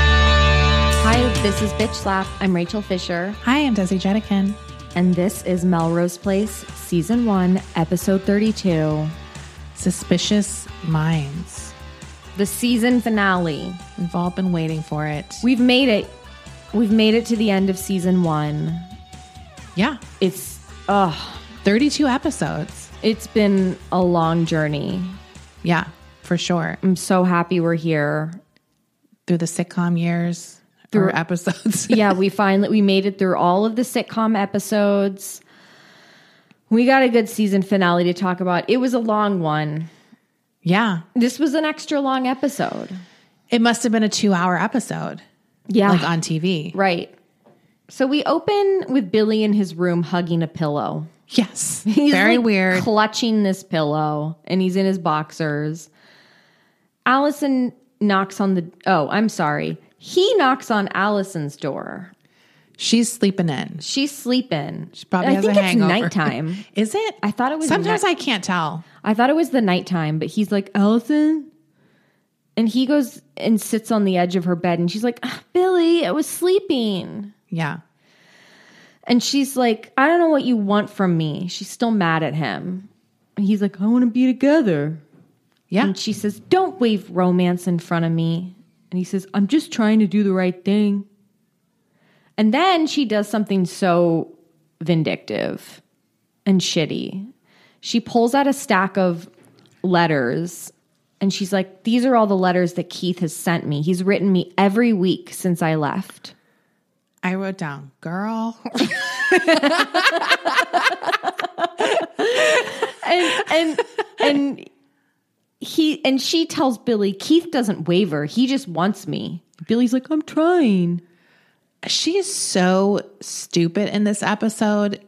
Hi, this is Bitch Slap. I'm Rachel Fisher, Hi, I'm Desi Jenikin. and this is Melrose Place, Season 1, Episode 32, Suspicious Minds. the season finale. We've all been waiting for it. We've made it. We've made it to the end of Season 1. Yeah, It's, ugh, 32 episodes. it's been a long journey. Yeah, for sure. Mm, I'm so happy we're here. Through the sitcom years, through episodes. yeah, we finally we made it through all of the sitcom episodes. We got a good season finale to talk about. It was a long one. yeah. This was an extra long episode. It must have been a two hour episode, Yeah. like on TV. Right. So we open with Billy in his room hugging a pillow. Yes. He's Very like, weird. Clutching this pillow and he's in his boxers. Allison knocks on the Oh, I'm sorry. He knocks on Allison's door. She's sleeping in. She She's sleeping. She probably I has think a it's hangover. nighttime. Is it? I thought it was Sometimes I can't tell. I thought it was the nighttime, but he's like, Allison? And he goes and sits on the edge of her bed and she's like, "Ah, Billy, I was sleeping. Yeah. And she's like, I don't know what you want from me. She's still mad at him. And he's like, I want to be together. Yeah. And she says, Don't wave romance in front of me. And he says, I'm just trying to do the right thing. And then she does something so vindictive and shitty. She pulls out a stack of letters and she's like, These are all the letters that Keith has sent me. He's written me every week since I left. I wrote down, girl. and and and he and she tells Billy, Keith doesn't waver. He just wants me. Billy's like, I'm trying. she is so stupid in this episode.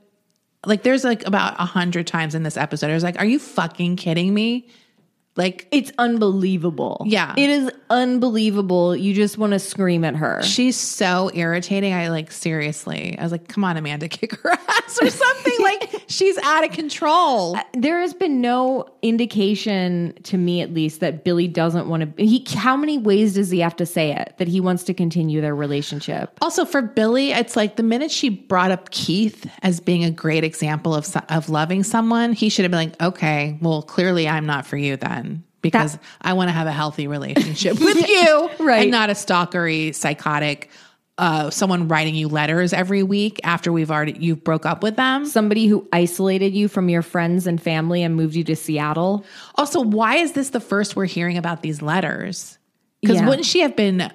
Like, there's like about a hundred times in this episode. I was like, "Are you fucking kidding me?" Like, It's unbelievable. Yeah. It is unbelievable. You just want to scream at her. she's so irritating. I like seriously. I was like, "Come on, Amanda, kick her ass or something." like, she's out of control. There has been no indication to me at least that Billy doesn't want to he how many ways does he have to say it that he wants to continue their relationship? Also, for Billy, it's like the minute she brought up Keith as being a great example of so- of loving someone, he should have been like, "Okay, well, clearly I'm not for you then." Because I want to have a healthy relationship with you, Right. And not a stalkery, psychotic, uh, someone writing you letters every week after we've already you have broke up with them. Somebody who isolated you from your friends and family and moved you to Seattle. Also, why is this the first we're hearing about these letters? Because Yeah. wouldn't she have been?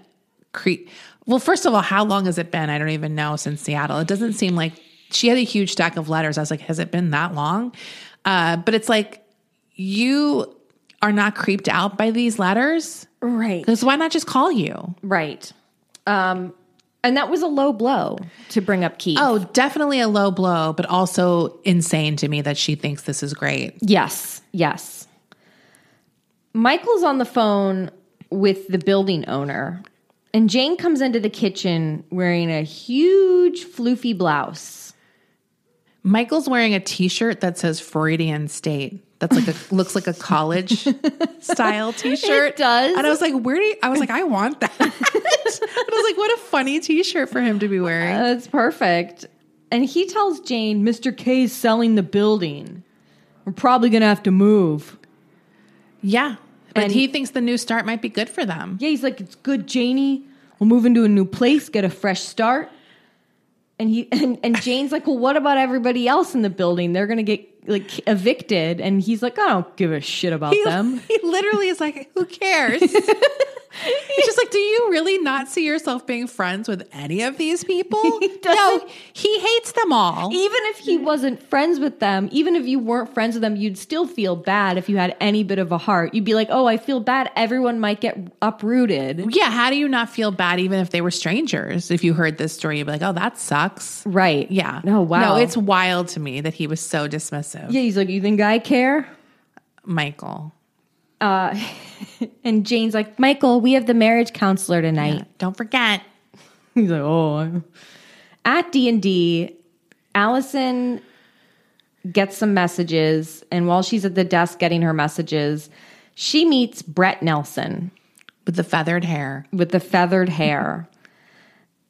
Cre- well, first of all, how long has it been? I don't even know since Seattle. It doesn't seem like she had a huge stack of letters. I was like, has it been that long? Uh, but it's like you are not creeped out by these letters Right. because why not just call you? Right. Um, and that was a low blow to bring up Keith. Oh, definitely a low blow, but also insane to me that she thinks this is great. yes. Yes. Michael's on the phone with the building owner, and Jane comes into the kitchen wearing a huge floofy blouse. Michael's wearing a T-shirt that says Freudian State. That's like a looks like a college style T-shirt. It does. And I was like, where do you, I was like, I want that. and I was like, what a funny T-shirt for him to be wearing. That's perfect. And he tells Jane, Mr. K's selling the building. We're probably going to have to move. yeah, But he thinks the new start might be good for them. Yeah, he's like, it's good, Janie. We'll move into a new place, get a fresh start. And he and, and Jane's like, well, what about everybody else in the building? They're gonna get like evicted. And he's like, I don't give a shit about He- them. He literally is like, who cares? it's just like, do you really not see yourself being friends with any of these people? no, doesn't- he hates them all. Even if he wasn't friends with them, even if you weren't friends with them, you'd still feel bad if you had any bit of a heart. You'd be like, oh, I feel bad. Everyone might get uprooted. yeah, how do you not feel bad even if they were strangers? If you heard this story, you'd be like, oh, that sucks. Right. Yeah. No, wow. No, it's wild to me that he was so dismissive. Yeah, he's like, you think I care? Michael. And Jane's like, Michael, we have the marriage counselor tonight. Don't forget. He's like, oh. I'm-" At D and D, Allison gets some messages, and while she's at the desk getting her messages, she meets Brett Nelson With the feathered hair. with the feathered hair.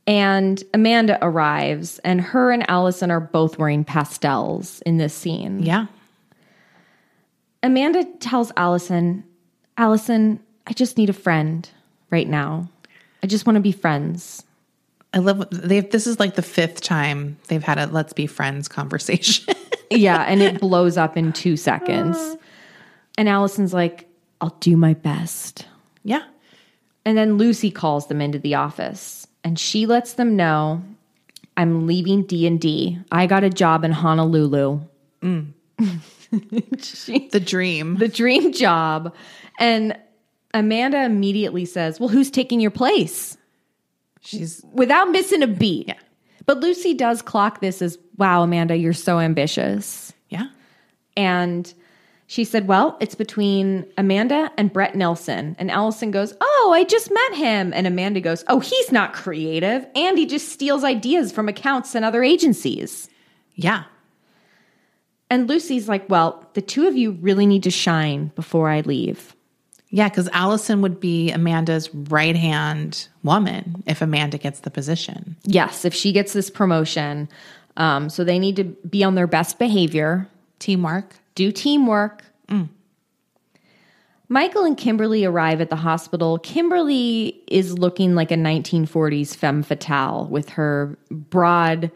And Amanda arrives, and her and Allison are both wearing pastels in this scene. Yeah. Amanda tells Allison, Allison, I just need a friend right now. I just want to be friends. I love they've this is like the fifth time they've had a let's be friends conversation. yeah, and it blows up in two seconds. And Allison's like, I'll do my best. yeah. And then Lucy calls them into the office and she lets them know I'm leaving D&D. I got a job in Honolulu. The dream. The dream job. And Amanda immediately says, "Well, who's taking your place?" She's without missing a beat. Yeah. But Lucy does clock this as, "Wow, Amanda, you're so ambitious." yeah. And she said, Well, it's between Amanda and Brett Nelson. And Allison goes, Oh, I just met him. And Amanda goes, Oh, he's not creative. And he just steals ideas from accounts and other agencies. Yeah. And Lucy's like, Well, the two of you really need to shine before I leave. Yeah, because Allison would be Amanda's right hand woman if Amanda gets the position. Yes, if she gets this promotion. Um, so they need to be on their best behavior, Teamwork. do teamwork. Michael and Kimberly arrive at the hospital. Kimberly is looking like a 1940s femme fatale with her broad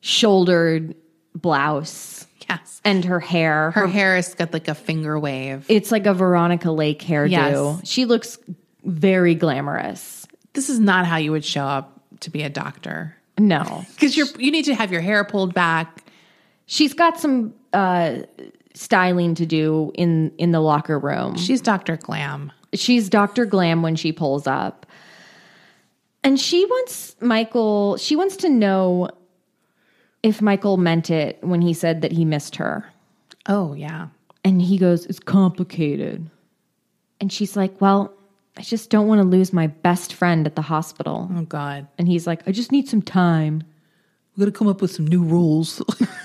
shouldered blouse Yes. and her hair. Her hair has got like a finger wave. it's like a Veronica Lake hairdo. Yes. She looks very glamorous. This is not how you would show up to be a doctor. No. Because you're you need to have your hair pulled back. She's got some uh, styling to do in in the locker room. She's Dr. Glam. she's Dr. Glam when she pulls up. And she wants Michael, she wants to know if Michael meant it when he said that he missed her. Oh yeah. And he goes, It's complicated. And she's like, Well, I just don't want to lose my best friend at the hospital. Oh God. And he's like, I just need some time. We're gonna come up with some new rules.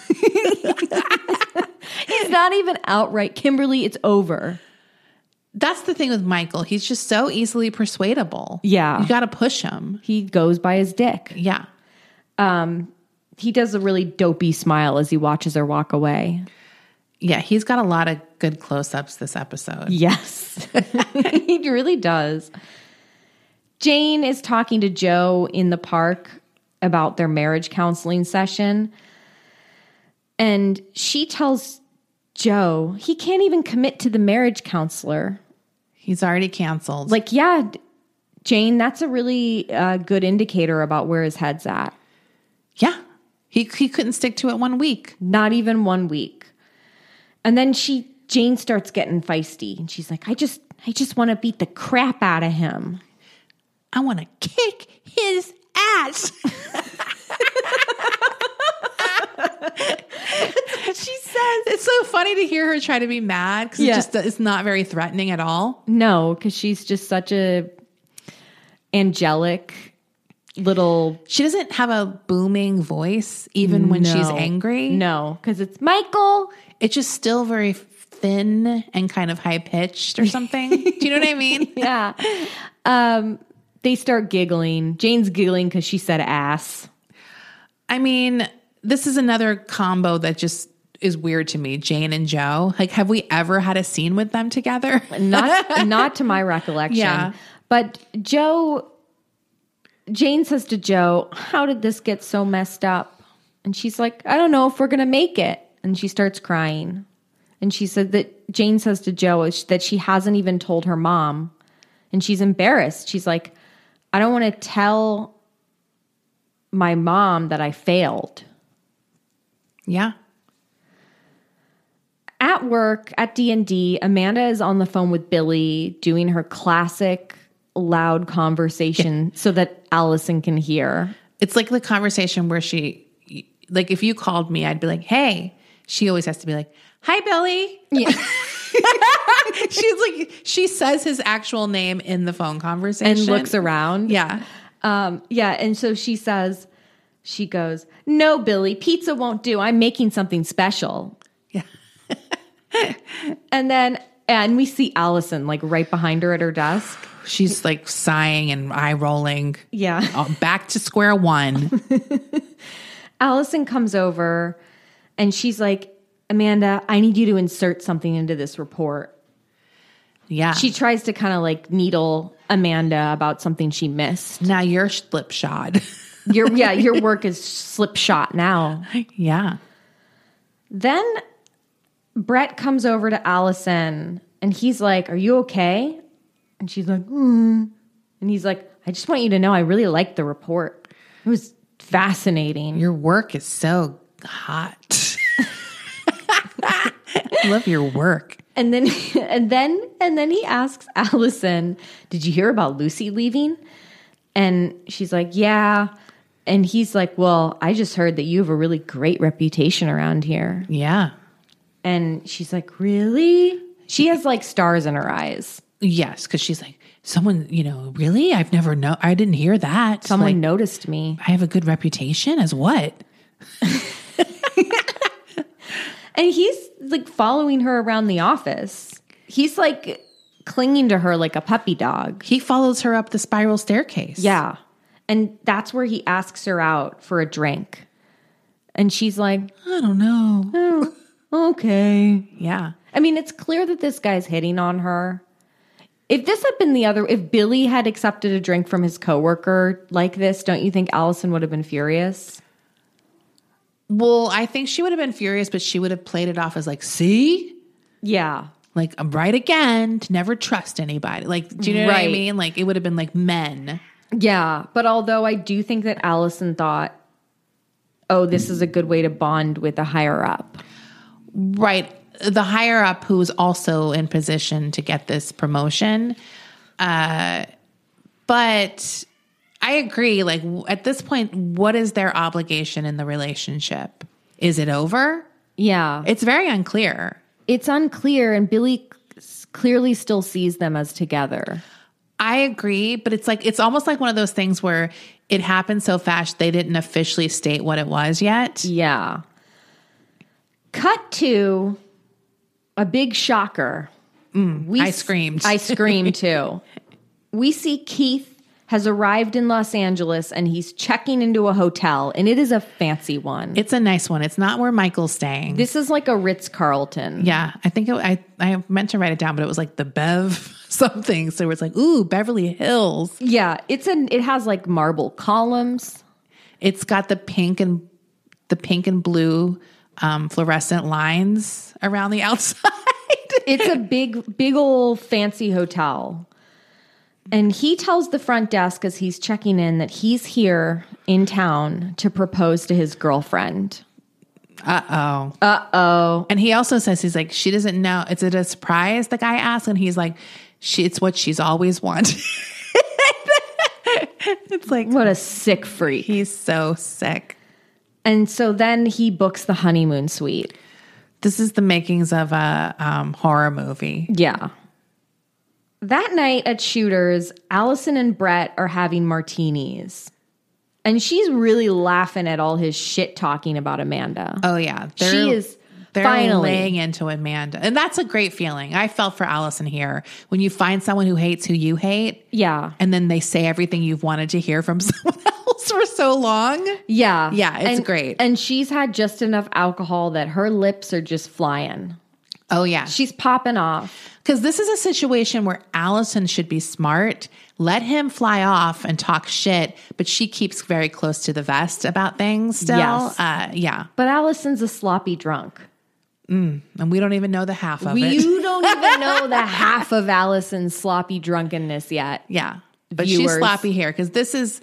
It's not even outright. Kimberly, it's over. That's the thing with Michael. He's just so easily persuadable. Yeah. You gotta push him. He goes by his dick. Yeah. He does a really dopey smile as he watches her walk away. Yeah, he's got a lot of good close ups this episode. Yes, he really does. Jane is talking to Joe in the park about their marriage counseling session. And she tells Joe he can't even commit to the marriage counselor. He's already canceled. Like, yeah, d- Jane, that's a really uh, good indicator about where his head's at. yeah. He he couldn't stick to it one week. Not even one week. And then she, Jane starts getting feisty and she's like, I just, I just want to beat the crap out of him. I wanna kick his ass. She says, It's so funny to hear her try to be mad because Yeah. it just it's not very threatening at all. No, because she's just such a angelic little. She doesn't have a booming voice even when she's No. angry. No, because it's Michael. It's just still very thin and kind of high pitched or something. Do you know what I mean? Yeah. um, they start giggling. Jane's giggling because she said ass. I mean, this is another combo that just is weird to me. Jane and Joe. Like, have we ever had a scene with them together? not not to my recollection. Yeah. But Joe Jane says to Joe, "How did this get so messed up?" And she's like, "I don't know if we're going to make it." And she starts crying. And she said that Jane says to Joe is that she hasn't even told her mom and she's embarrassed. She's like, "I don't want to tell my mom that I failed." yeah. at work at d&d amanda is on the phone with billy doing her classic loud conversation so that allison can hear It's like the conversation where she, like, if you called me, I'd be like, hey, she always has to be like, hi, Billy. Yeah. She's like, she says his actual name in the phone conversation and looks around Yeah. um, yeah and so she says she goes no billy pizza won't do i'm making something special Yeah. and then and we see allison like right behind her at her desk She's like sighing and eye rolling. yeah Oh, Back to square one. Allison comes over and she's like, Amanda, I need you to insert something into this report. Yeah. She tries to kind of like needle Amanda about something she missed. now you're slipshod. Your yeah, your work is slipshot now. yeah. Then Brett comes over to Allison and he's like, Are you okay? And she's like, mm. And he's like, I just want you to know I really liked the report. It was fascinating. Your work is so hot. I love your work. And then and then and then he asks Allison, "Did you hear about Lucy leaving?" And she's like, "Yeah." And he's like, "Well, I just heard that you have a really great reputation around here." Yeah. And she's like, "Really?" She has like stars in her eyes. Yes, because she's like, someone, you know, really? I've never know I didn't hear that. Someone Like, noticed me. I have a good reputation as what? And he's like following her around the office. He's like clinging to her like a puppy dog. He follows her up the spiral staircase. Yeah. And that's where he asks her out for a drink. And she's like, I don't know. okay. Yeah. I mean, it's clear that this guy's hitting on her. If this had been the other, if Billy had accepted a drink from his coworker like this, don't you think Allison would have been furious? Well, I think she would have been furious, but she would have played it off as like, see? Yeah. Like I'm right again to never trust anybody. Like, do you know what I Right. mean? Like it would have been like men. Yeah. But although I do think that Allison thought, oh, this is a good way to bond with a higher up. Right. The higher up who's also in position to get this promotion. Uh, but I agree. Like w- at this point, what is their obligation in the relationship? Is it over? Yeah. It's very unclear. It's unclear. And Billy c- clearly still sees them as together. I agree, but it's like it's almost like one of those things where it happened so fast they didn't officially state what it was yet. Yeah. Cut to a big shocker. we Mm, I s- screamed. I screamed too. We see Keith has arrived in Los Angeles and he's checking into a hotel, and it is a fancy one. It's a nice one. It's not where Michael's staying. this is like a Ritz Carlton. Yeah, I think it, I I meant to write it down, but it was like the Bev something. So it's like, ooh, Beverly Hills. Yeah, it's an it has like marble columns. It's got the pink and the pink and blue um, fluorescent lines around the outside. It's a big, big old fancy hotel. And he tells the front desk as he's checking in that he's here in town to propose to his girlfriend. Uh oh. Uh oh. And he also says he's like, she doesn't know. Is it a surprise? The guy asks, and he's like, she. It's what she's always wanted. it's like What a sick freak. he's so sick. And so then he books the honeymoon suite. This is the makings of a um, horror movie. Yeah. That night at Shooters, Allison and Brett are having martinis. And she's really laughing at all his shit talking about Amanda. Oh yeah, she is They're finally. laying into Amanda, and that's a great feeling. I felt for Allison here when you find someone who hates who you hate, yeah. and then they say everything you've wanted to hear from someone else. nails were so long. Yeah. Yeah, it's And- great. And she's had just enough alcohol that her lips are just flying. Oh, yeah. She's popping off. Because this is a situation where Allison should be smart, let him fly off and talk shit, but she keeps very close to the vest about things still. Yes. Uh, yeah. But Allison's a sloppy drunk. And we don't even know the half of We, it. you don't even know the half of Allison's sloppy drunkenness yet. yeah. But she's Viewers. sloppy here because this is.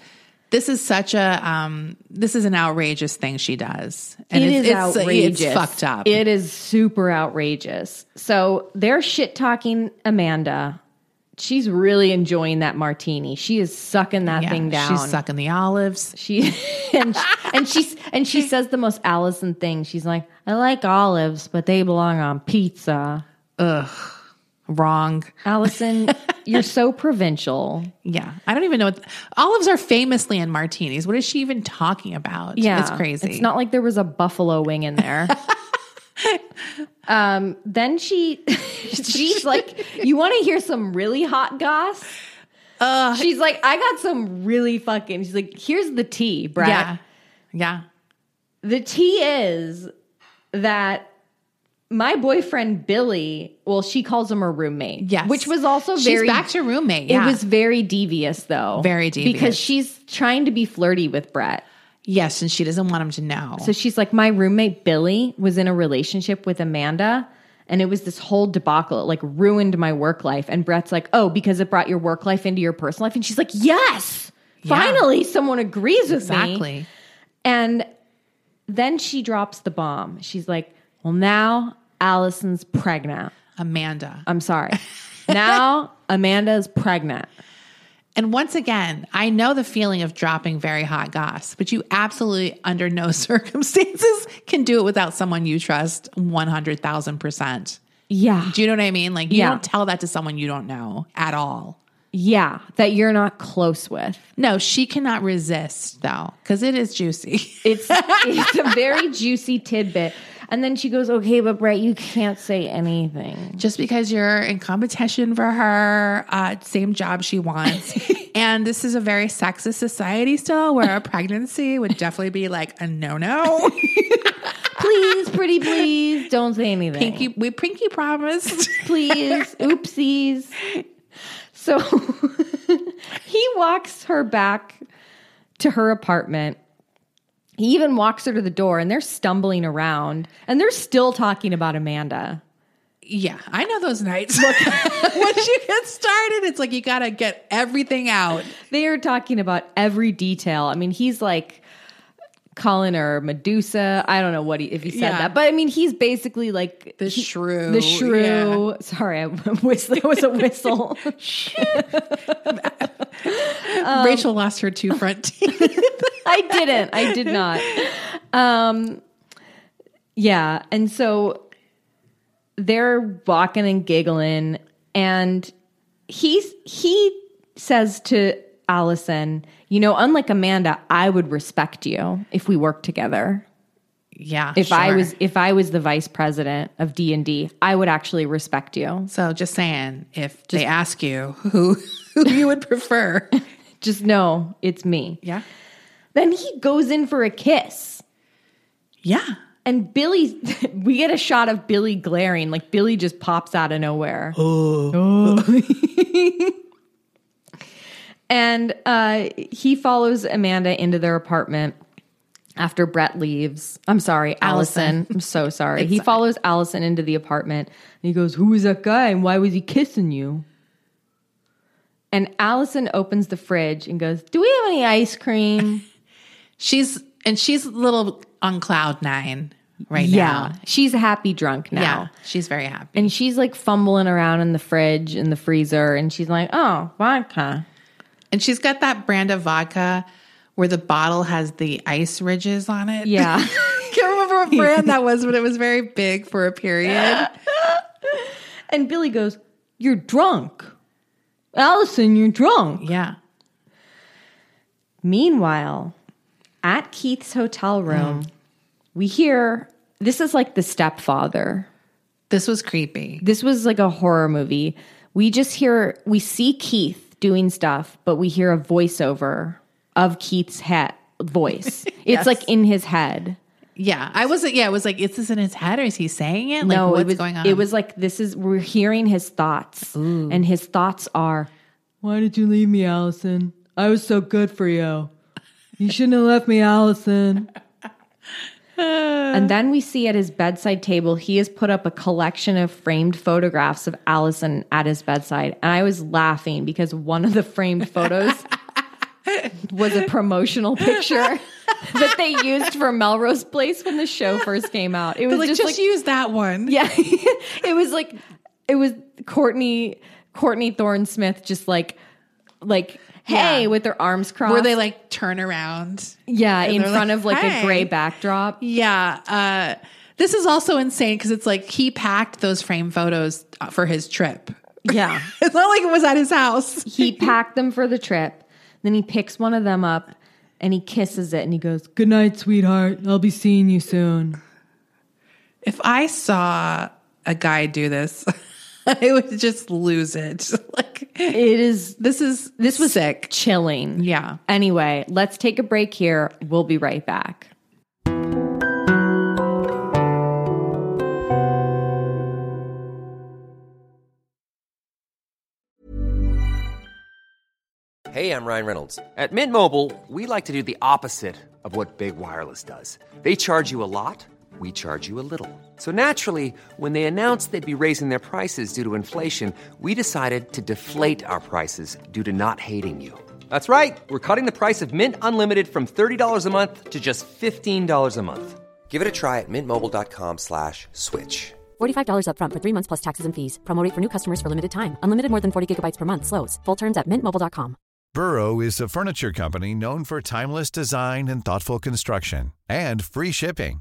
This is such a um, this is an outrageous thing she does, and it is it's, outrageous. It's fucked up. It is super outrageous. So they're shit talking Amanda. She's really enjoying that martini. She is sucking that Yeah. thing down. She's sucking the olives. She and she, and she's and she says the most Allison thing. She's like, "I like olives, but they belong on pizza." Wrong. Allison, you're so provincial. Yeah, I don't even know. What olives are famously in martinis. What is she even talking about? it's crazy. It's not like there was a buffalo wing in there. um, then she she's like, "You want to hear some really hot goss?" she's like, "I got some really fucking." She's like, "Here's the tea, Brad." Yeah, yeah. The tea is that my boyfriend Billy, well, she calls him her roommate. Yes. Which was also She's very back to roommate. Yeah. It was very devious though. Very devious. Because she's trying to be flirty with Brett. yes, and she doesn't want him to know. So she's like, My roommate Billy was in a relationship with Amanda. And it was this whole debacle. It like ruined my work life. And Brett's like, oh, because it brought your work life into your personal life. And she's like, yes, finally someone agrees with me. exactly. And then she drops the bomb. She's like, Well, now Allison's pregnant. Amanda. I'm sorry. now Amanda's pregnant. And once again, I know the feeling of dropping very hot goss, but you absolutely, under no circumstances, can do it without someone you trust 100,000%. Yeah. Do you know what I mean? Like, you Yeah. don't tell that to someone you don't know at all. Yeah. That you're not close with. No, she cannot resist, though, because it is juicy. It's it's a very juicy tidbit. And then she goes, Okay, but Brett, you can't say anything. just because you're in competition for her uh, same job she wants and this is a very sexist society still where a pregnancy would definitely be like a no-no Please, pretty please, don't say anything. pinky we pinky promised please. Oopsies. So he walks her back to her apartment. He even walks her to the door and they're stumbling around and they're still talking about Amanda. yeah i know those nights once you get started it's like you gotta get everything out They are talking about every detail. I mean, he's like calling her Medusa. I don't know what he, if he said Yeah. that, but I mean, he's basically like The he- shrew, The shrew. Sorry, I whistled. It was a whistle. rachel lost her two front teeth I didn't. I did not. Um, yeah. And so they're walking and giggling, and he's he says to Allison, "You know, unlike Amanda, I would respect you if we worked together. yeah If I sure. was if I was the vice president of D and D, I would actually respect you. so just saying if they ask you who who you would prefer Just know it's me." yeah Then he goes in for a kiss. yeah And Billy, we get a shot of Billy glaring. Like Billy just pops out of nowhere. Oh. and uh, he follows Amanda into their apartment after Brett leaves. I'm sorry, Allison. I'm so sorry. he follows Allison into the apartment and he goes, Who was that guy and why was he kissing you? And Allison opens the fridge and goes, Do we have any ice cream? She's and she's a little on cloud nine right now. She's happy drunk now. Yeah, she's very happy. And she's like fumbling around in the fridge in the freezer and she's like, "Oh, vodka." And she's got that brand of vodka where the bottle has the ice ridges on it. Yeah. Can't remember what brand that was, but it was very big for a period. and Billy goes, "You're drunk." Allison, you're drunk. Yeah. Meanwhile, at Keith's hotel room, we hear this is like the stepfather. This was creepy. This was like a horror movie. We just hear we see Keith doing stuff, but we hear a voiceover of Keith's hat voice. It's like in his head. Yeah, I wasn't. Yeah, I was like, is this in his head or is he saying it? Like, no, what's it was going on? It was like this is we're hearing his thoughts, and his thoughts are, "Why did you leave me, Allison? I was so good for you. You shouldn't have left me, Allison." Uh. and then we see at his bedside table, he has put up a collection of framed photographs of Allison at his bedside, and I was laughing because one of the framed photos. Was a promotional picture that they used for Melrose Place when the show first came out. It was like, just like just use that one. yeah. it was like it was Courtney Courtney Thorne Smith just like like hey Yeah. with their arms crossed. Were they like turn around? yeah, in they're front like, of like "Hey." a gray backdrop. Yeah. Uh, this is also insane because it's like he packed those frame photos uh, for his trip. Yeah. It's not like it was at his house. he packed them for the trip. Then he picks one of them up and he kisses it and he goes, "Good night, sweetheart. I'll be seeing you soon." If I saw a guy do this, I would just lose it. Like It is this is this was sick. chilling. Yeah. Anyway, let's take a break here. We'll be right back. Hey, I'm Ryan Reynolds. At Mint Mobile, we like to do the opposite of what Big Wireless does. They charge you a lot, we charge you a little. So naturally, when they announced they'd be raising their prices due to inflation, we decided to deflate our prices due to not hating you. That's right. We're cutting the price of Mint Unlimited from $30 a month to just $15 a month. Give it a try at mintmobile.com slash switch. $45 upfront for three months plus taxes and fees. Promo rate for new customers for limited time. Unlimited more than 40 gigabytes per month. Slows. Full terms at mintmobile.com. Burrow is a furniture company known for timeless design and thoughtful construction and free shipping,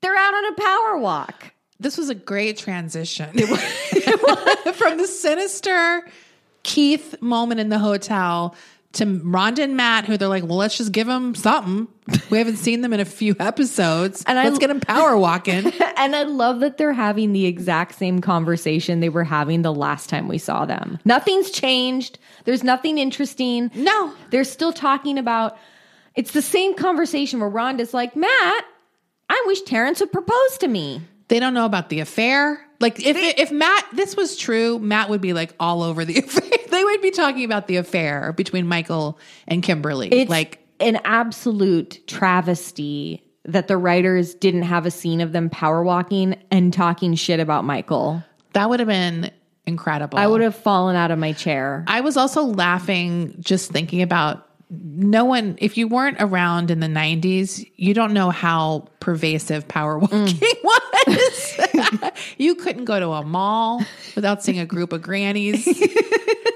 they're out on a power walk. This was a great transition from the sinister Keith moment in the hotel to Rhonda and Matt, who they're like, well, let's just give them something. We haven't seen them in a few episodes, And and I- let's get them power walking. And I love that they're having the exact same conversation they were having the last time we saw them. Nothing's changed. There's nothing interesting. No. They're still talking about it's the same conversation where Rhonda's like, Matt, I wish Terrence would propose to me. They don't know about the affair. Like if if Matt this was true, Matt would be like all over the affair. they would be talking about the affair between Michael and Kimberly. It's like an absolute travesty that the writers didn't have a scene of them power walking and talking shit about Michael. that would have been incredible. I would have fallen out of my chair. I was also laughing just thinking about no one if you weren't around in the 90s you don't know how pervasive power walking was you couldn't go to a mall without seeing a group of grannies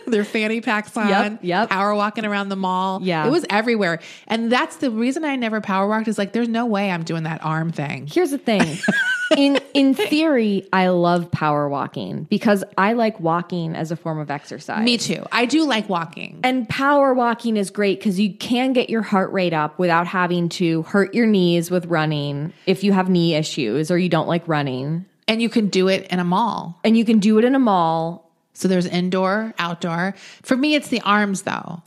their fanny packs on yep. power walking around the mall Yeah. it was everywhere and that's the reason i never power walked is like there's no way i'm doing that arm thing Here's the thing. In in theory, I love power walking because I like walking as a form of exercise. me too i do like walking And power walking is great because you can get your heart rate up without having to hurt your knees with running if you have knee issues or you don't like running. and you can do it in a mall And you can do it in a mall. So there's indoor, outdoor. For me, it's the arms though.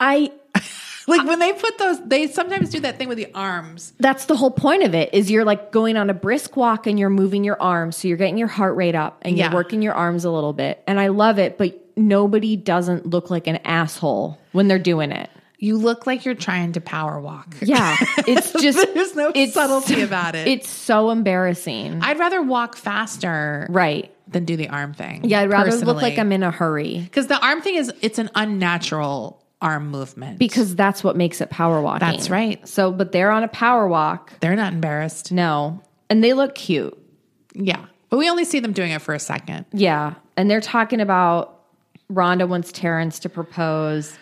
I Uh, Like when they put those, they sometimes do that thing with the arms. that's the whole point of it is you're like going on a brisk walk and you're moving your arms so you're getting your heart rate up and Yeah. you're working your arms a little bit. And I love it, but nobody doesn't look like an asshole when they're doing it. You look like you're trying to power walk. Yeah, it's just There's no it's- subtlety about it. It's so embarrassing. I'd rather walk faster right. than do the arm thing. Yeah, I'd rather look like I'm in a hurry because the arm thing is it's an unnatural arm movement. because that's what makes it power walking. That's right. So, but they're on a power walk. they're not embarrassed. No. And they look cute. Yeah, but we only see them doing it for a second. Yeah. And they're talking about Rhonda wants Terrence to propose.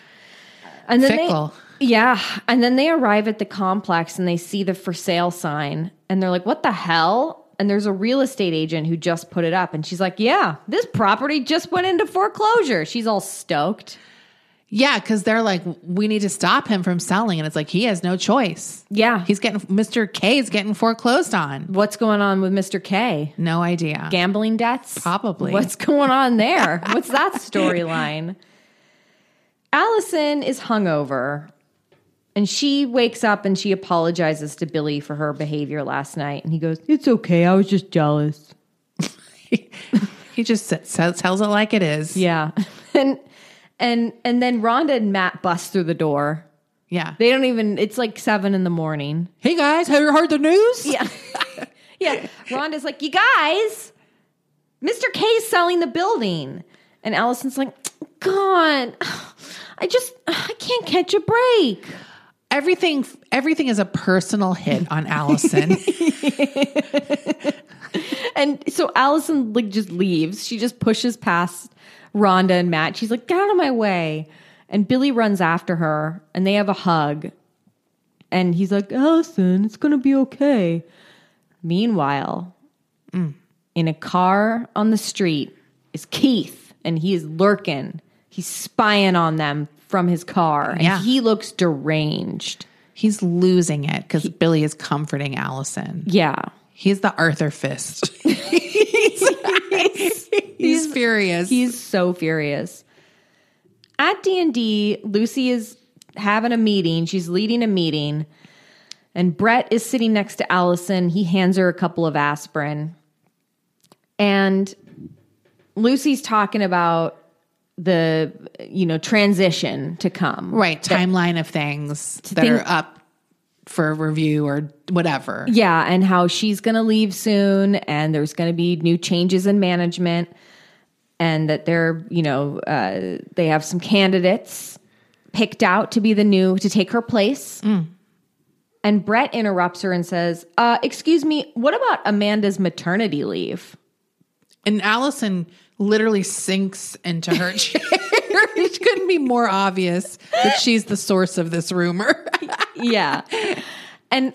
And then they- Fickle. Yeah. And then they arrive at the complex and they see the for sale sign and they're like, what the hell? And there's a real estate agent who just put it up and she's like, yeah, this property just went into foreclosure. She's all stoked. Yeah, because they're like, we need to stop him from selling. And it's like, he has no choice. Yeah. He's getting, Mr. K is getting foreclosed on. What's going on with Mr. K? No idea. Gambling debts? Probably. What's going on there? What's that storyline? Allison is hungover and she wakes up and she apologizes to Billy for her behavior last night. And he goes, It's okay. I was just jealous. He just s- s- tells it like it is. Yeah. and, and, and then Rhonda and Matt bust through the door. Yeah. They don't even, it's like seven in the morning. Hey guys, have you heard the news? Yeah. Yeah. Rhonda's like, You guys, Mr. K's selling the building. And Allison's like, God, I just, I can't catch a break. Everything, everything is a personal hit on Allison. And so Allison like just leaves. She just pushes past Rhonda and Matt. She's like, "Get out of my way!" And Billy runs after her, and they have a hug. And he's like, "Allison, it's gonna be okay." Meanwhile, in a car on the street is Keith, and he is lurking. He's spying on them from his car, and Yeah. he looks deranged. He's losing it because Billy is comforting Allison. Yeah, He's the Arthur fist. he's, furious. He's so furious. At D&D, Lucy is having a meeting. She's leading a meeting. And Brett is sitting next to Allison. He hands her a couple of aspirin. And Lucy's talking about the, you know, transition to come. right timeline of things that thing- are up for review or whatever. Yeah, and how she's going to leave soon and there's going to be new changes in management and that they're, you know, uh, they have some candidates picked out to be the new, to take her place. And Brett interrupts her and says, uh, Excuse me, what about Amanda's maternity leave? And Allison literally sinks into her chair. it couldn't be more obvious that she's the source of this rumor. yeah. And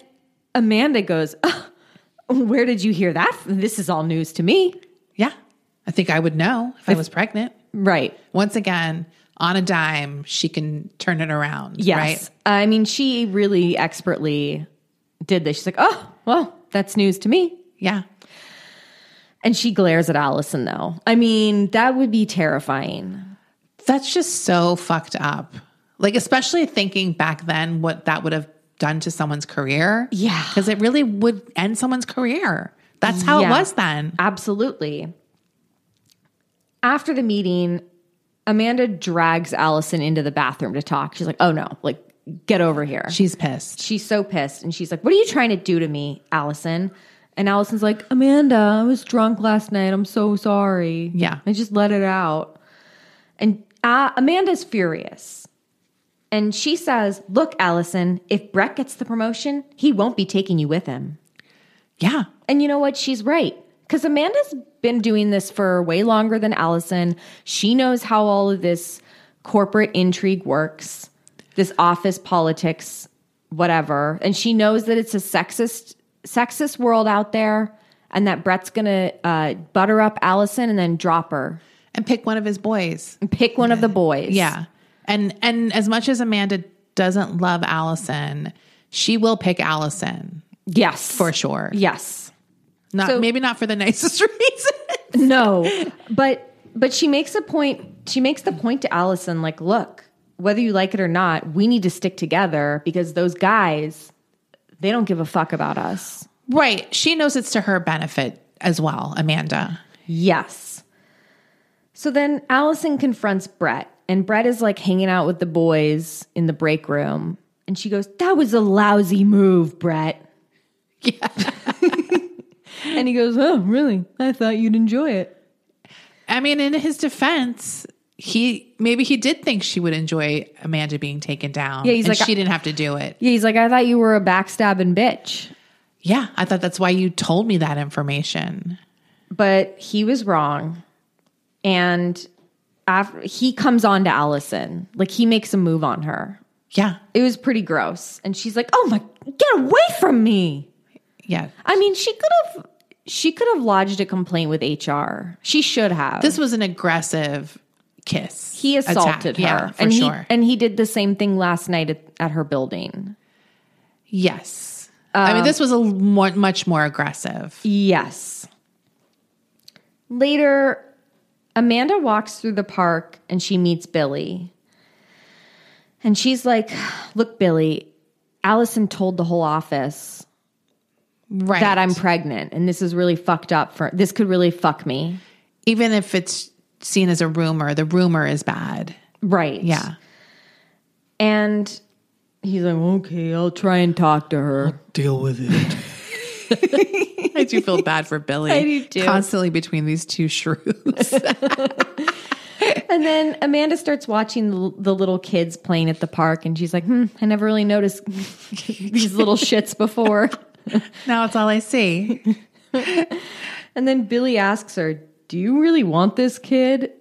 Amanda goes, "Ugh, Where did you hear that? This is all news to me. yeah. I think I would know if I was pregnant. Right. Once again, on a dime, she can turn it around. Yes. I mean, she really expertly did this. She's like, oh, well, that's news to me. Right? Yeah. And she glares at Allison, though. I mean, that would be terrifying. That's just so fucked up. Like, especially thinking back then what that would have done to someone's career. Yeah. Because it really would end someone's career. That's how Yeah. it was then. Absolutely. After the meeting, Amanda drags Allison into the bathroom to talk. She's like, oh, no, like, get over here. She's pissed. she's so pissed and she's like, What are you trying to do to me, Allison? And Allison's like, Amanda, I was drunk last night. I'm so sorry. Yeah. I just let it out. And uh, Amanda's furious. And she says, Look, Allison, if Brett gets the promotion, he won't be taking you with him. Yeah. And you know what? She's right. Because Amanda's been doing this for way longer than Allison. She knows how all of this corporate intrigue works, this office politics, whatever. And she knows that it's a sexist, sexist world out there and that Brett's going to uh, butter up Allison and then drop her And pick one of his boys. and pick one of the boys. Yeah. And and as much as Amanda doesn't love Allison, she will pick Allison Yes. for sure. Yes. Not maybe not for the nicest reason. no but but she makes a point she makes the point to allison like look whether you like it or not we need to stick together because those guys they don't give a fuck about us right. She knows it's to her benefit as well, Amanda. yes so then allison confronts brett and brett is like hanging out with the boys in the break room and she goes that was a lousy move brett yeah and he goes oh really i thought you'd enjoy it I mean, in his defense, he maybe he did think she would enjoy Amanda being taken down. Yeah, he's and like, she didn't have to do it. yeah he's like i thought you were a backstabbing bitch Yeah, I thought that's why you told me that information. but he was wrong. And after he comes on to Allison, like he makes a move on her. Yeah. It was pretty gross. And she's like, "Oh my, get away from me." Yeah. I mean, she could have she could have lodged a complaint with HR. She should have. This was an aggressive kiss. he attack. assaulted her, Yeah, for and sure. he and he did the same thing last night at, at her building. yes. I mean, this was a l- more, much more aggressive. Yes. Later, Amanda walks through the park and she meets Billy. And she's like, Look, Billy, Allison told the whole office Right. that I'm pregnant, and this is really fucked up for this could really fuck me. even if it's seen as a rumor, the rumor is bad. Right. Yeah. And he's like, Okay, I'll try and talk to her. I do feel bad for Billy. I do too. Constantly between these two shrews. And then Amanda starts watching the, the little kids playing at the park, and she's like, Hmm, I never really noticed these little shits before. now it's all I see. And then Billy asks her, Do you really want this kid?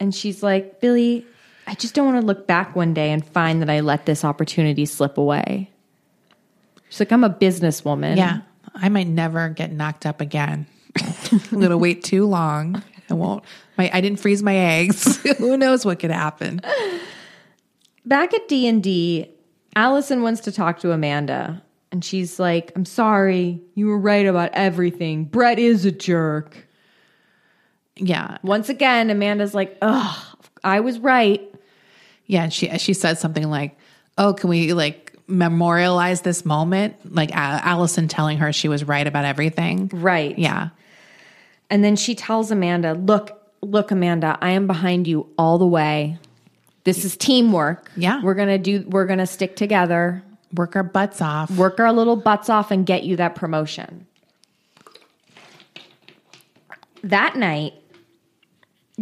And she's like, Billy, I just don't want to look back one day and find that I let this opportunity slip away. She's like, I'm a businesswoman. Yeah. I might never get knocked up again. I'm gonna wait too long. I won't my I didn't freeze my eggs. Who knows what could happen? Back at D&D, Allison wants to talk to Amanda. And she's like, I'm sorry. You were right about everything. Brett is a jerk. Yeah. Once again, Amanda's like, ugh, I was right. Yeah. And she she said something like, Oh, can we like memorialize this moment? Like A- Allison telling her she was right about everything. Right. Yeah. And then she tells Amanda, Look, look, Amanda, I am behind you all the way. This is teamwork. Yeah. We're going to do, we're going to stick together, Work our butts off. work our little butts off, and get you that promotion. That night,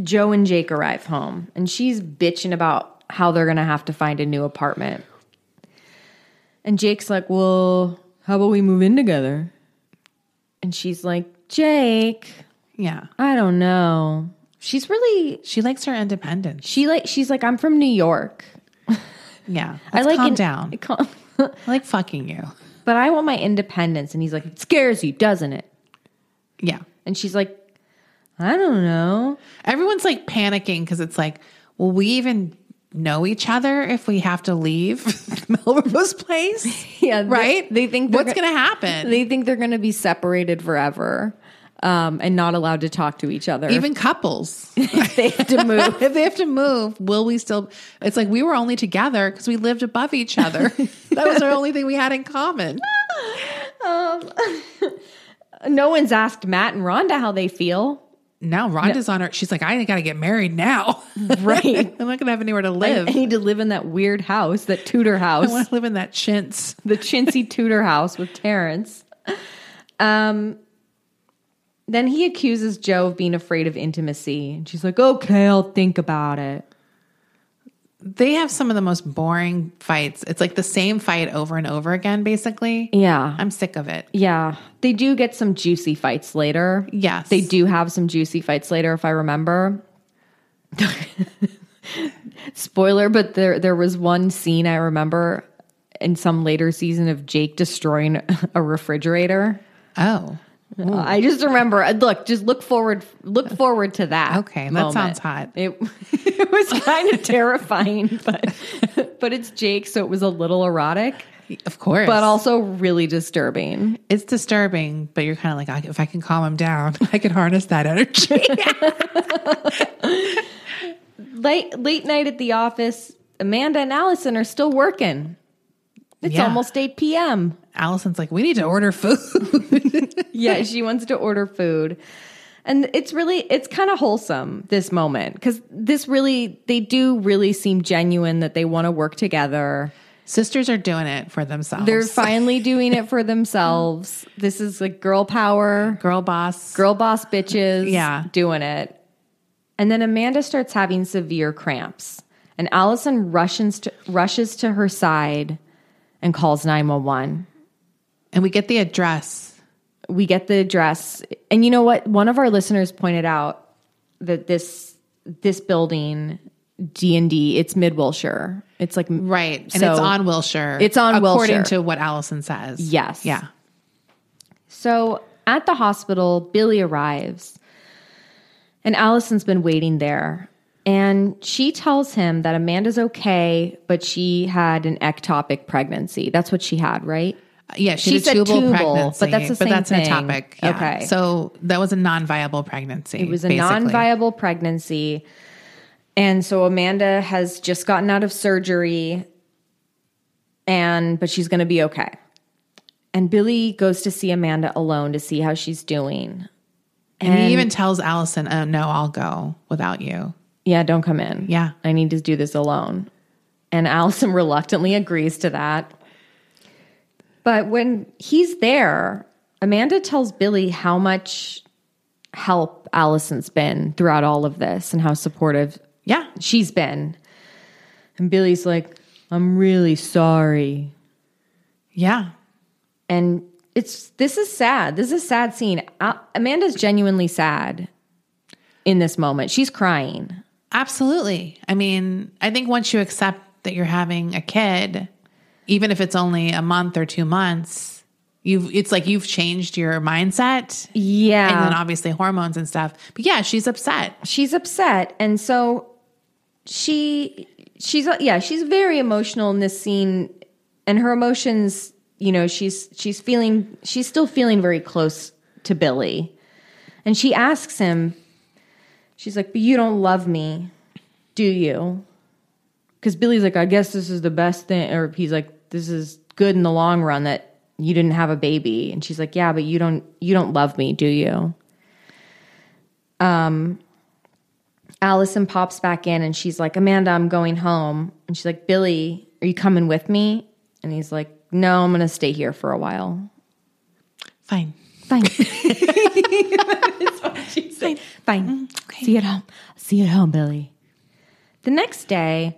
Joe and Jake arrive home, and she's bitching about how they're going to have to find a new apartment. And Jake's like, Well, how about we move in together? And she's like, Jake. Yeah. I don't know. She's really She likes her independence. she like she's like I'm from New York. Yeah. I Let's like calm an- down. I cal- I like fucking you. but I want my independence and he's like it scares you, doesn't it? Yeah. And she's like I don't know. Everyone's like panicking because it's like, will we even know each other if we have to leave Melrose Place? Yeah, they- right? they think they're what's gonna- going to happen? They think they're going to be separated forever um and not allowed to talk to each other. even couples, they have to move. if they have to move, will we still? It's like we were only together because we lived above each other. that was our only thing we had in common. no one's asked Matt and Rhonda how they feel. Now Rhonda's on her. She's like, I got to get married now. Right. I'm not going to have anywhere to I, I live. I, need to live in that weird house, that Tudor house. want to live in that chintz. the chintzy Tudor house with Terrence. Um, then he accuses Joe of being afraid of intimacy. And she's like, okay, I'll think about it. They have some of the most boring fights. It's like the same fight over and over again, basically. Yeah. I'm sick of it. Yeah. They do get some juicy fights later. Yes. They do have some juicy fights later, if I remember. Spoiler, but there there was one scene I remember in some later season of Jake destroying a refrigerator. Oh, Uh, I just remember. uh, Look, just look forward. Look forward to that. Okay, that sounds hot. It, it was kind of terrifying, but but it's Jake, so it was a little erotic, of course. but also really disturbing. it's disturbing, but you're kind of like, I- if I can calm him down, I can harness that energy. Late late night at the office, Amanda and Allison are still working. It's Yeah. almost eight p.m. Allison's like, we need to order food. yeah, she wants to order food. And it's really it's kind of wholesome this moment cuz this really they do really seem genuine that they want to work together. Sisters are doing it for themselves. They're finally doing it for themselves. This is like girl power, girl boss. girl boss bitches Yeah. doing it. And then Amanda starts having severe cramps. And Allison rushes to, rushes to her side and calls 911. And we get the address. We get the address. And you know what? One of our listeners pointed out that this this building D&D. It's mid Wilshire. It's like Right. And So- it's on Wilshire. It's on According Wilshire. to what Allison says. Yes. Yeah. So at the hospital, Billy arrives, and Allison's been waiting there. And she tells him that Amanda's okay, but she had an ectopic pregnancy. That's what she had, right? Yeah, she She did said a tubal, tubal, pregnancy, but that's the same that's thing. an atopic. Yeah. Okay. so that was a non-viable pregnancy. It was a basically. non viable pregnancy. And so Amanda has just gotten out of surgery and but she's going to be okay. And Billy goes to see Amanda alone to see how she's doing. And, he even tells Allison, "Oh no, I'll go without you." Yeah, don't come in. Yeah. I need to do this alone. And Allison reluctantly agrees to that. But when he's there, Amanda tells Billy how much help Allison's been throughout all of this and how supportive Yeah, she's been. And Billy's like, I'm really sorry. yeah, And it's this is sad. This is a sad scene. Al- Amanda's genuinely sad in this moment. She's crying. absolutely. I mean, I think once you accept that you're having a kid, even if it's only a month or two months, you've it's like you've changed your mindset, Yeah. and then obviously hormones and stuff. But yeah, she's upset. she's upset and so she she's uh, yeah she's very emotional in this scene and her emotions you know she's she's feeling she's still feeling very close to billy and she asks him she's like but you don't love me do you because billy's like i guess this is the best thing or he's like this is good in the long run that you didn't have a baby and she's like yeah but you don't you don't love me do you Allison pops back in and she's like, Amanda, I'm going home. And she's like, Billy, are you coming with me? And he's like, No, I'm going to stay here for a while. Fine. Fine. That's what she said. Mm-hmm. Fine. See you at home. See you at home, Billy. The next day,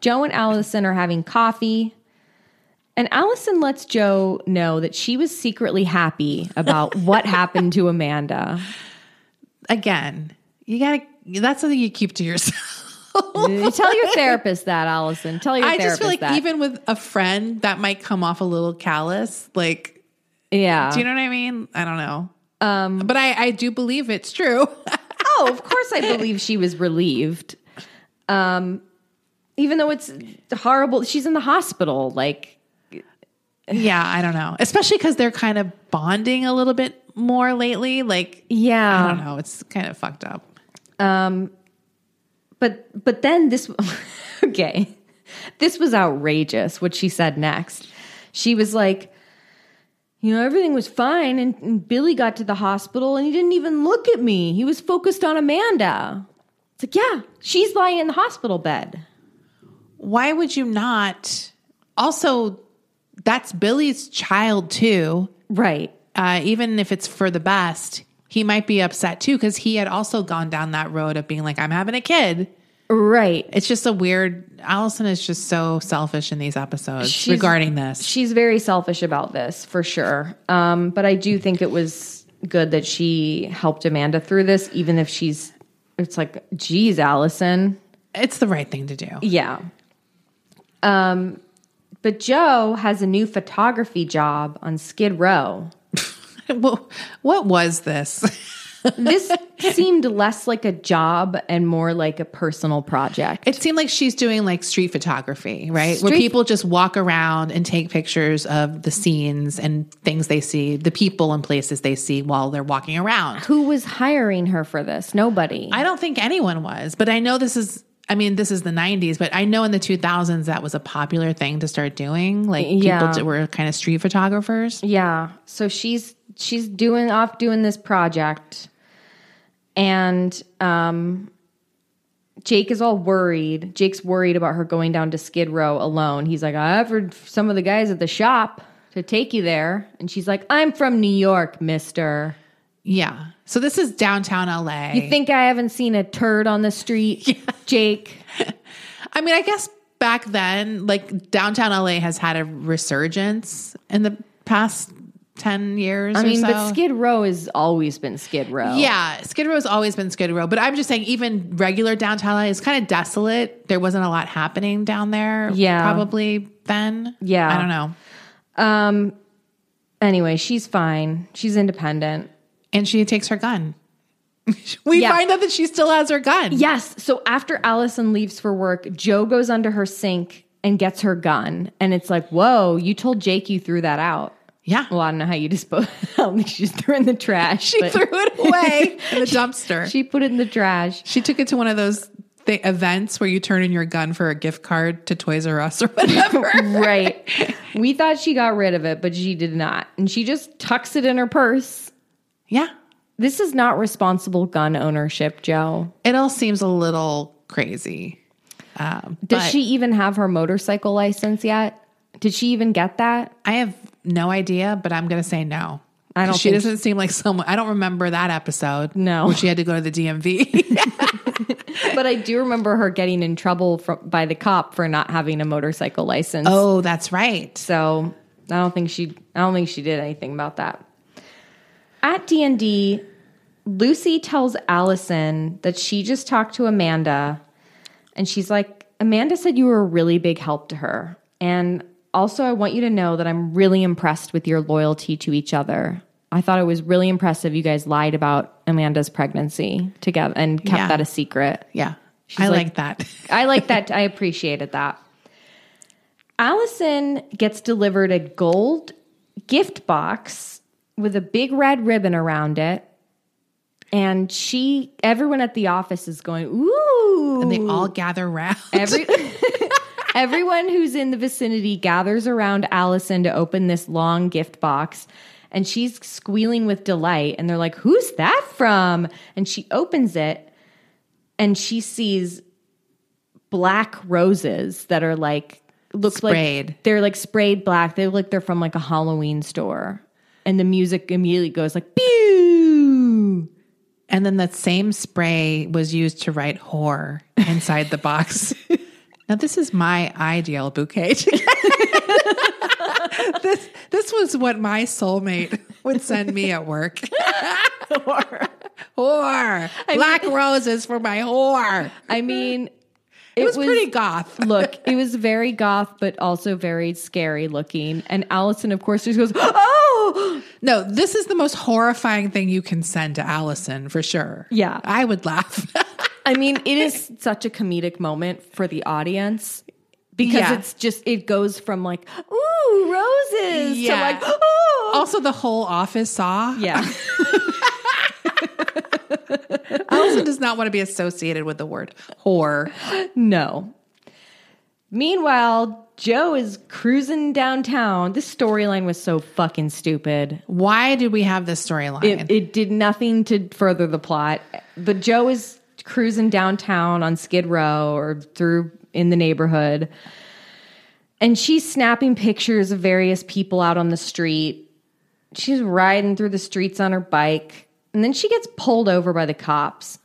Joe and Allison are having coffee. And Allison lets Joe know that she was secretly happy about what happened to Amanda. Again, you gotta. That's something you keep to yourself. Tell your therapist that, Allison. Tell your I therapist just feel like that. even with a friend, that might come off a little callous. Like, yeah. do you know what I mean? I don't know. Um, but I, I do believe it's true. oh, of course I believe she was relieved. Um, even though it's horrible, she's in the hospital. Like, yeah, I don't know. Especially because they're kind of bonding a little bit more lately. Like, I yeah. don't know. It's kind of fucked up. um, But but then this okay. This was outrageous what she said next. She was like, you know, everything was fine and, and Billy got to the hospital and he didn't even look at me. He was focused on Amanda. It's like, yeah, she's lying in the hospital bed. Why would you not? Also, that's Billy's child too. Right. uh, even if it's for the best, he might be upset too because he had also gone down that road of being like, I'm having a kid. Right. It's just a weird. Allison is just so selfish in these episodes She's- regarding this. she's very selfish about this for sure. Um, but I do think it was good that she helped Amanda through this, even if she's, it's like, geez, Allison. It's the right thing to do. Yeah. Um, but Joe has a new photography job on Skid Row. Well, what was this? This seemed less like a job and more like a personal project. It seemed like she's doing like street photography, right? Where Street- people just walk around and take pictures of the scenes and things they see, the people and places they see while they're walking around. Who was hiring her for this? Nobody. I don't think anyone was, but I know this is. I mean, this is the '90s, but I know in the 2000s that was a popular thing to start doing. Like Yeah. people that were kind of street photographers. Yeah. So she's she's doing off doing this project, and um, Jake is all worried. Jake's worried about her going down to Skid Row alone. He's like, I offered some of the guys at the shop to take you there, and she's like, I'm from New York, Mister. Yeah. So this is downtown LA. You think I haven't seen a turd on the street, Jake? I mean, I guess back then, like downtown LA has had a resurgence in the past ten years. I or mean, so. but Skid Row has always been Skid Row. Yeah, Skid Row's always been Skid Row, but I'm just saying, even regular downtown LA is kind of desolate. There wasn't a lot happening down there. Yeah. probably then. Yeah. I don't know. Um. Anyway, she's fine. She's independent. And she takes her gun. we Yeah. find out that she still has her gun. Yes. So after Allison leaves for work, Joe goes under her sink and gets her gun, and it's like, "Whoa, you told Jake you threw that out." yeah. Well, I don't know how you dispose. I don't think she just threw it in the trash. she threw it away in the dumpster. She, She put it in the trash. took it to one of those th- events where you turn in your gun for a gift card to Toys R Us or whatever. right. We thought she got rid of it, but she did not. And she just tucks it in her purse. yeah, This is not responsible gun ownership, Joe. it all seems a little crazy. Um, Does but- she even have her motorcycle license yet? Did she even get that? I have no idea, but I'm going to say no. I don't She think- doesn't seem like someone. I don't remember that episode. No. where she had to go to the DMV. But I do remember her getting in trouble fro- by the cop for not having a motorcycle license. oh, that's right. So I don't think she I don't think she did anything about that. At D&D, Lucy tells Allison that she just talked to Amanda and she's like Amanda said you were a really big help to her and also I want you to know that I'm really impressed with your loyalty to each other. I thought it was really impressive you guys lied about Amanda's pregnancy together and kept Yeah. that a secret. Yeah, I like- like, that. I like that. I appreciated that. Allison gets delivered a gold gift box with a big red ribbon around it. And she, everyone at the office is going, ooh. And they all gather round. Every, everyone who's in the vicinity gathers around Allison to open this long gift box. And she's squealing with delight. And they're like, Who's that from? And she opens it and she sees black roses that are like, look Sprayed. like they're like sprayed black. They look like they're from like a Halloween store. And the music immediately goes like, Pew! and then that same spray was used to write "whore" inside the box. now this is my ideal bouquet. to get. this this was what my soulmate would send me at work. whore, whore, black roses for my whore. I mean, It, was, pretty goth. Look, it was very goth, but also very scary looking. And Allison, of course, just goes, "Oh, No, this is the most horrifying thing you can send to Allison for sure. Yeah. I would laugh. I mean, it is such a comedic moment for the audience because Yeah. it's just it goes from like ooh roses to Yeah. like oh also, the whole office saw. yeah Allison does not want to be associated with the word whore. no. Meanwhile, Joe is cruising downtown. This storyline was so fucking stupid. Why did we have this storyline? It, it did nothing to further the plot. But Joe is cruising downtown on Skid Row or through in the neighborhood. And she's snapping pictures of various people out on the street. She's riding through the streets on her bike. And then she gets pulled over by the cops.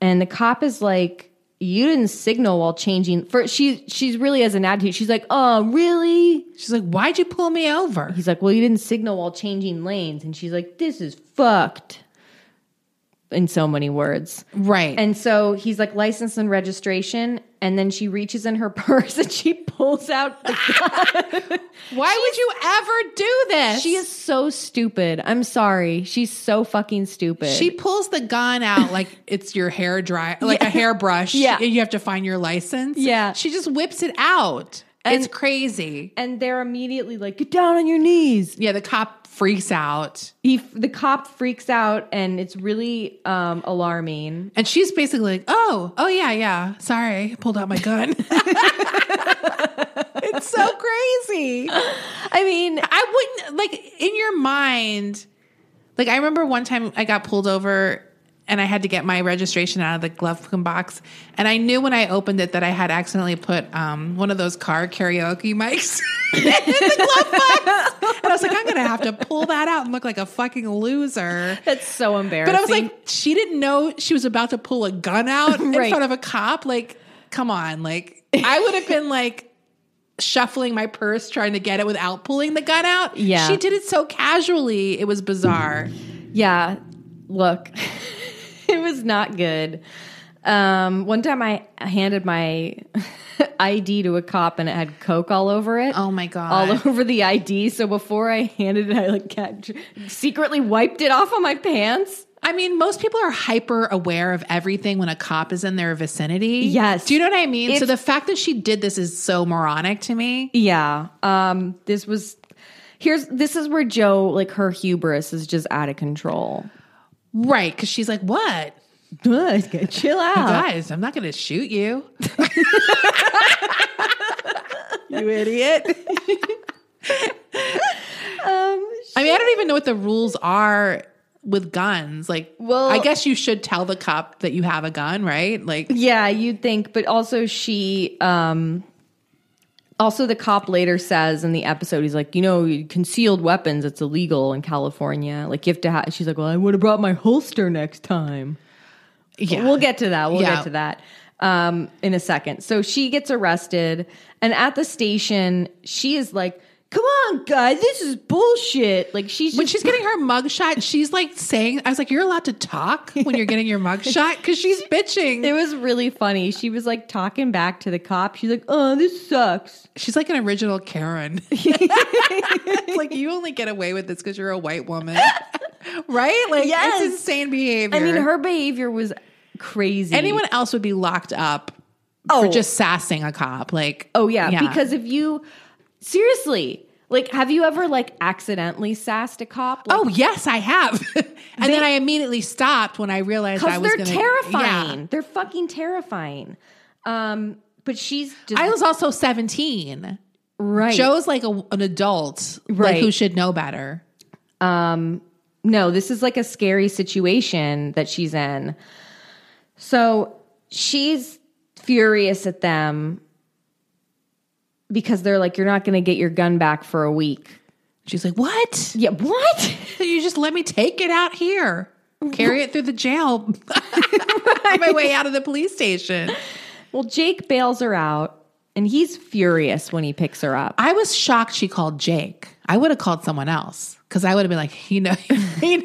And the cop is like, you didn't signal while changing. For she, she's really has an attitude. She's like, "Oh, really? She's like, why'd you pull me over? He's like, Well, you didn't signal while changing lanes. And she's like, This is fucked in so many words. Right. And so he's like, License and registration. And then she reaches in her purse and she pulls out the why would you ever do this? She is so stupid. I'm sorry. She's so fucking stupid. She pulls the gun out like it's your hair dry, like a hairbrush. Yeah. and you have to find your license. Yeah. she just whips it out. it's crazy. and they're immediately like, Get down on your knees. Yeah, the cop freaks out, He, the cop freaks out and it's really um, alarming. and she's basically like, "Oh, oh yeah, yeah. Sorry, I pulled out my gun." it's so crazy. I mean, I wouldn't like in your mind. Like I remember one time I got pulled over and I had to get my registration out of the glove box, and I knew when I opened it that I had accidentally put um, one of those car karaoke mics in the glove box, and I was like, I'm gonna have to pull that out and look like a fucking loser. that's so embarrassing. But I was like, she didn't know she was about to pull a gun out in Right. front of a cop. Like, come on. Like, I would have been like, shuffling my purse trying to get it without pulling the gun out. Yeah. She did it so casually. It was bizarre. Yeah, look, it was not good. Um, one time I handed my ID to a cop and it had Coke all over it. Oh my God. All over the ID. So before I handed it, I like cat- secretly wiped it off on my pants. I mean, most people are hyper aware of everything when a cop is in their vicinity. Yes. Do you know what I mean? so If- the fact that she did this is so moronic to me. Yeah. Um, this was here's this is where Joe like her hubris is just out of control. Right. Cause she's like, what? Chill out. Guys, I'm not going to shoot you. you idiot. I mean, I don't even know what the rules are with guns. Like, Well- I guess you should tell the cop that you have a gun, right? Like, Yeah, you'd think, but also she um also the cop later says in the episode he's like, "You know, concealed weapons it's illegal in California. Like you have to have she's like, "Well, I would have brought my holster next time." yeah. We'll get to that. We'll Yeah. get to that um, in a second. So she gets arrested, and at the station, she is like, "Come on, guys, this is bullshit." Like she's when just, she's getting her mugshot, she's like saying, I was like, you're allowed to talk when you're getting your mugshot because she's bitching. it was really funny. She was like talking back to the cop. She's like, "Oh, this sucks." She's like an original Karen. It's like you only get away with this because you're a white woman, right? Like Yes. it's insane behavior. I mean, her behavior was crazy. anyone else would be locked up Oh. for just sassing a cop. Like Oh yeah, because if you seriously, like, have you ever like accidentally sassed a cop? Like, oh yes, I have. and then I immediately stopped when I realized I because was they're gonna- terrifying. Yeah. They're fucking terrifying. Um, but she's just I was also seventeen. right. Joe's like a, an adult, right? Right. Like, who should know better? no, this is like a scary situation that she's in. So she's furious at them because they're like, "You're not going to get your gun back for a week." She's like, what? Yeah, what? You just let me take it out here, carry it through the jail on my way out of the police station. Well, Jake bails her out, and he's furious when he picks her up. I was shocked she called Jake. I would have called someone else because I would have been like, you know,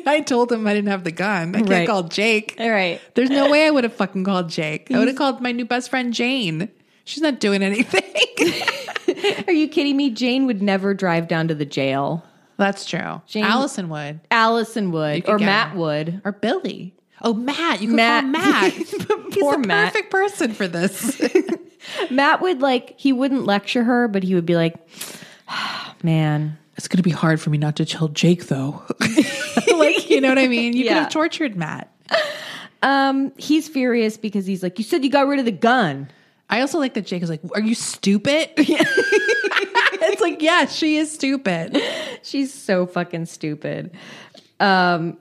I told him I didn't have the gun. I can't Right. call Jake. All right. There's no way I would have fucking called Jake. I would have called my new best friend Jane. She's not doing anything. Are you kidding me? Jane would never drive down to the jail. That's true. Jane- Allison would Allison would, could or get Matt her. would. or Billy. Oh, Matt. You could Matt. call Matt. He's Poor the Matt. perfect person for this. Matt would like he wouldn't lecture her, but he would be like, "Man, it's going to be hard for me not to tell Jake, though. like, you know what I mean? You could Yeah. have tortured Matt. he's furious because he's like, you said you got rid of the gun." I also like that Jake is like, "Are you stupid?" it's like, yeah, she is stupid. She's so fucking stupid. Um,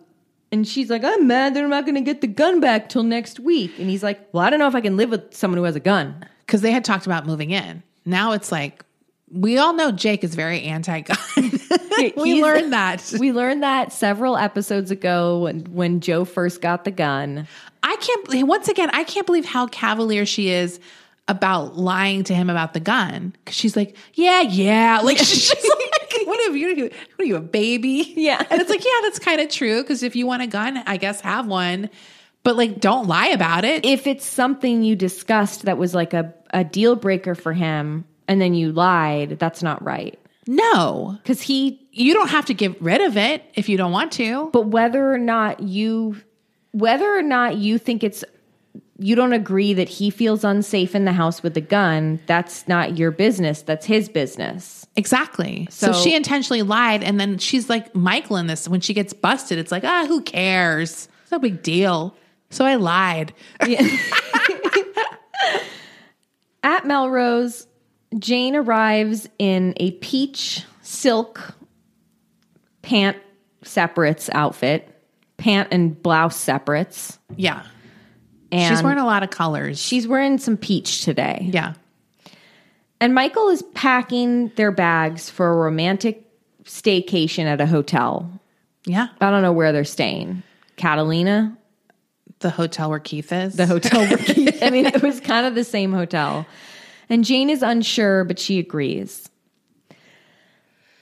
and she's like, "I'm mad that I'm not going to get the gun back till next week." And he's like, "Well, I don't know if I can live with someone who has a gun." Because they had talked about moving in. Now it's like we all know Jake is very anti-gun. we He's- learned that. We learned that several episodes ago when, when Joe first got the gun. I can't. Once again, I can't believe how cavalier she is about lying to him about the gun. Because she's like, "Yeah, yeah," like she's just like, "What have you? What are you, a baby?" Yeah. and it's like, yeah, that's kind of true. Because if you want a gun, I guess have one. But like, don't lie about it. if it's something you discussed that was like a, a deal breaker for him and then you lied, that's not right. no, Because he, you don't have to get rid of it if you don't want to. but whether or not you, whether or not you think it's, you don't agree that he feels unsafe in the house with the gun, that's not your business. That's his business. Exactly. So, So- she intentionally lied, and then she's like Michael in this. When she gets busted, it's like, ah, who cares? It's no big deal. So I lied. At Melrose, Jane arrives in a peach silk pant separates outfit, pant and blouse separates. Yeah, And she's wearing a lot of colors. She's wearing some peach today. yeah, And Michael is packing their bags for a romantic staycation at a hotel. yeah. I don't know where they're staying. Catalina? The hotel where Keith is. The Hotel. I mean, it was kind of the same hotel. And Jane is unsure, but she agrees.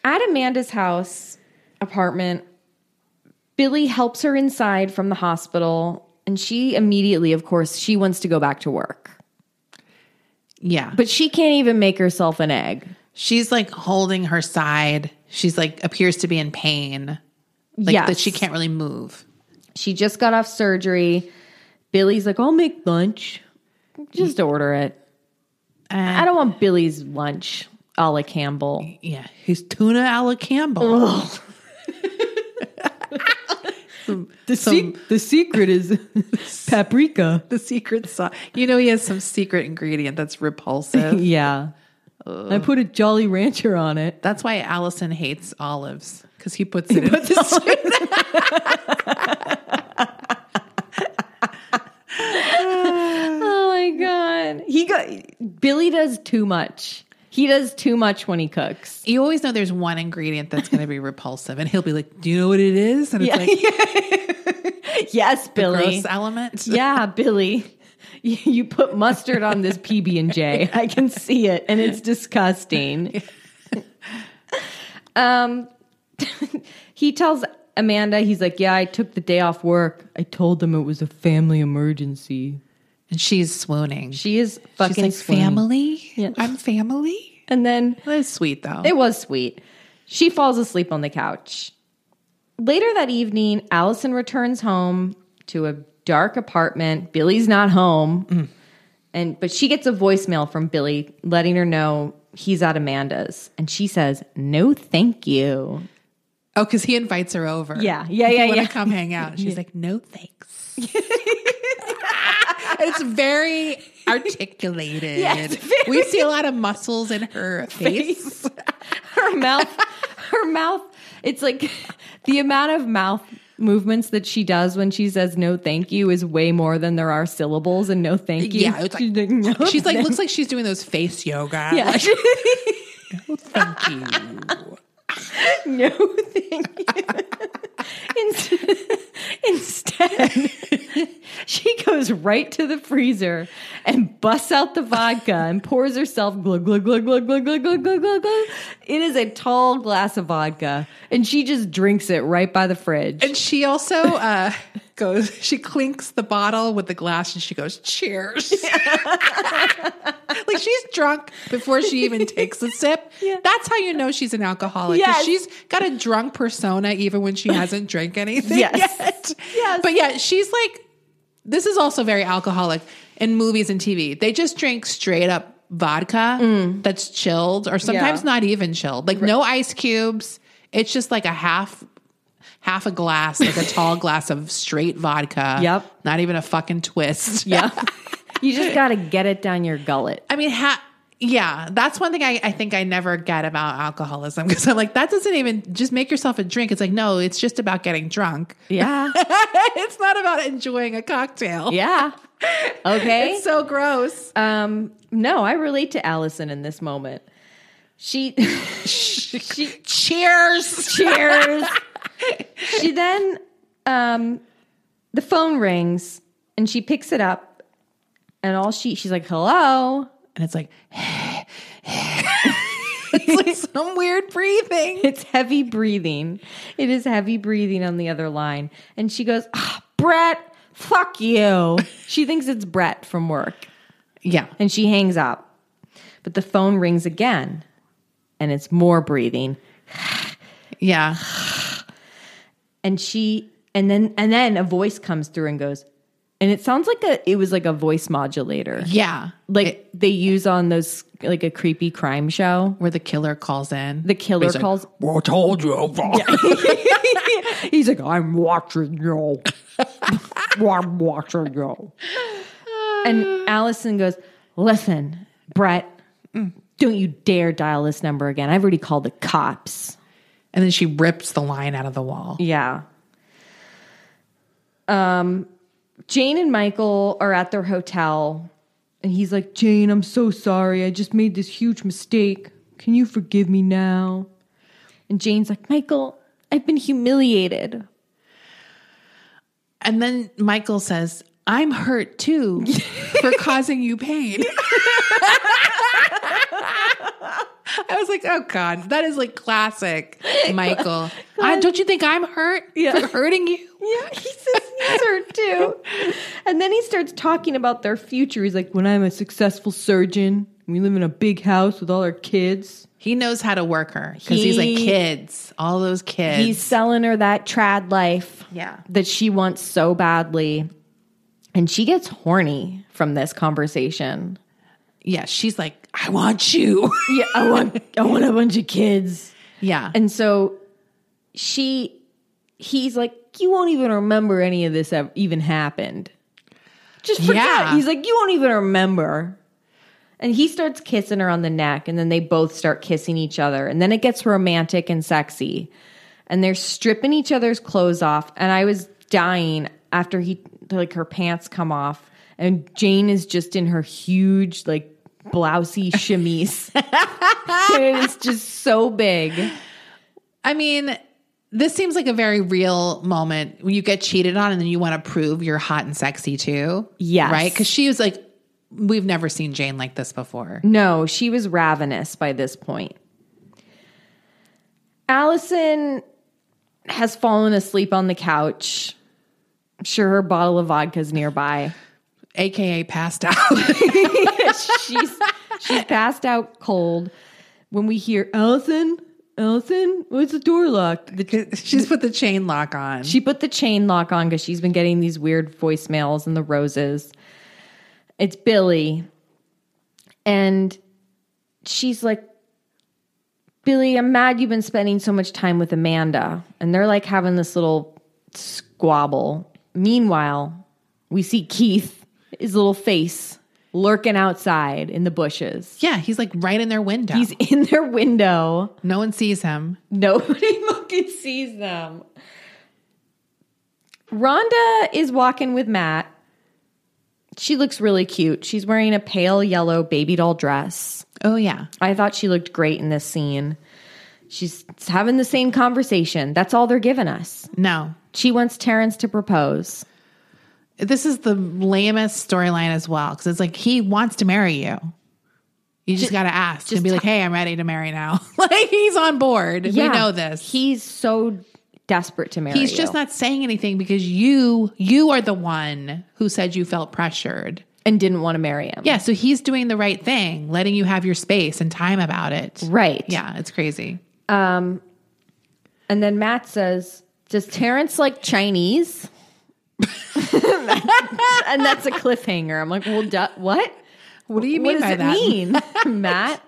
At Amanda's house apartment, Billy helps her inside from the hospital, and she immediately, of course, she wants to go back to work. Yeah. But But she can't even make herself an egg. she's like holding her side. She's like appears to be in pain. Like Yes. that she can't really move. She just got off surgery. Billy's like, I'll make lunch. Just order it. Uh, I don't want Billy's lunch a la Campbell. Yeah. He's tuna a la Campbell. The, the secret is paprika. The secret sauce. You know he has some secret ingredient that's repulsive. Yeah. I put a Jolly Rancher on it. That's why Allison hates olives because he puts it in the Oh my God. He got Billy does too much. He does too much when he cooks. you always know there's one ingredient that's going to be repulsive, and he'll be like, "Do you know what it is?" And it's like Yes, Billy. gross element. Yeah, Billy. You you put mustard on this PB and J. I can see it, and it's disgusting. um, he tells Amanda, he's like, "Yeah, I took the day off work. I told them it was a family emergency." And she's swooning. She is fucking She's like, swooning. family. Yeah. I'm family. and then That is sweet though. It was sweet. She falls asleep on the couch. Later that evening, Allison returns home to a dark apartment. Billy's not home. And but she gets a voicemail from Billy letting her know he's at Amanda's. And she says, No, thank you. oh, because he invites her over. Yeah. Yeah, yeah, You want yeah. to come hang out? She's like, "No, thanks." it's very articulated. we see a lot of muscles in her face. Her mouth, her mouth, it's like the amount of mouth movements that she does when she says no thank you is way more than there are syllables and no thank you. Yeah, it's like- she's like, "No, She's like, looks like she's doing those face yoga. Yeah. Like, no, thank you. No, thank you. Inst- Instead, she goes right to the freezer and busts out the vodka and pours herself glug glug glug glug glug glug glug glug glug. glug. It is a tall glass of vodka, and she just drinks it right by the fridge. And she also uh, goes, she clinks the bottle with the glass and she goes, cheers. like she's drunk before she even takes a sip. That's how you know she's an alcoholic. 'cause Yes. She's got a drunk persona even when she hasn't drank anything Yes. yet. Yes. But yeah, she's like, this is also very alcoholic in movies and TV. They just drink straight up vodka that's chilled or sometimes Mm. Yeah. not even chilled. Like no ice cubes. It's just like a half half a glass, like a tall glass of straight vodka. Yep. Not even a fucking twist. yeah, you just gotta get it down your gullet. I mean, ha- yeah, that's one thing I, I think I never get about alcoholism because I'm like, that doesn't even just make yourself a drink. It's like, no, it's just about getting drunk. Yeah, it's not about enjoying a cocktail. yeah. Okay. It's so gross. Um, no, I relate to Allison in this moment. She she Cheers. cheers. she then um the phone rings and she picks it up and all she she's like, "Hello." And it's like, it's like some weird breathing. It's heavy breathing. It is heavy breathing on the other line. And she goes, "Ah, "Brett, fuck you." she thinks it's Brett from work Yeah. and she hangs up. But the phone rings again and it's more breathing. Yeah. and she and then and then a voice comes through and goes and it sounds like a it was like a voice modulator Yeah. like they use on those like a creepy crime show Where the killer calls in. the killer like, calls I told you. he's like i'm watching you I'm watching you. and allison goes listen brett don't you dare dial this number again i've already called the cops And then she rips the line out of the wall. Yeah. Um, Jane and Michael are at their hotel, and he's like, Jane, I'm so sorry. I just made this huge mistake. Can you forgive me now? And Jane's like, Michael, I've been humiliated. And then Michael says, I'm hurt too for causing you pain. I was like, oh God, that is like classic Michael. I, don't you think I'm hurt Yeah. for hurting you? Yeah, he says he's hurt too. And then he starts talking about their future. He's like, when I'm a successful surgeon, we live in a big house with all our kids. He knows how to work her because he's like He- kids, all those kids. He's selling her that trad life Yeah. that she wants so badly. And she gets horny from this conversation. yeah, she's like, I want you. Yeah, I want I want a bunch of kids. yeah. And so she he's like, You won't even remember any of this ev- even happened. Just forget. Yeah. He's like, You won't even remember. And he starts kissing her on the neck, and then they both start kissing each other. And then it gets romantic and sexy. And they're stripping each other's clothes off. And I was dying after he, like, her pants come off. And Jane is just in her huge, like, blousey chemise. and it's just so big. I mean, this seems like a very real moment when you get cheated on and then you want to prove you're hot and sexy too. Yes. Right? Because she was like, we've never seen Jane like this before. No, she was ravenous by this point. Allison has fallen asleep on the couch. I'm sure her bottle of vodka's nearby. AKA passed out. she's she's passed out cold. When we hear Allison, Allison, why is the door locked? The- She's put the chain lock on. She put the chain lock on because she's been getting these weird voicemails and the roses. It's Billy. And she's like, Billy, I'm mad you've been spending so much time with Amanda. And they're like having this little squabble. Meanwhile, we see Keith, his little face, lurking outside in the bushes. yeah, he's like right in their window. He's in their window. no one sees him. Nobody fucking sees them. Rhonda is walking with Matt. She looks really cute. She's wearing a pale yellow baby doll dress. Oh, yeah. I thought she looked great in this scene. She's having the same conversation. That's all they're giving us. No. She wants Terrence to propose. This is the lamest storyline as well because it's like he wants to marry you. You just, got to ask and be like, hey, I'm ready to marry now. like he's on board. Yeah. We know this. He's so desperate to marry. He's just you. not saying anything because you you are the one who said you felt pressured. and didn't want to marry him. Yeah, so he's doing the right thing, letting you have your space and time about it. Right. Yeah, it's crazy. And then Matt says, Does Terrence like Chinese? and that's a cliffhanger. I'm like, Well, duh, what? What do you what does it mean, Matt?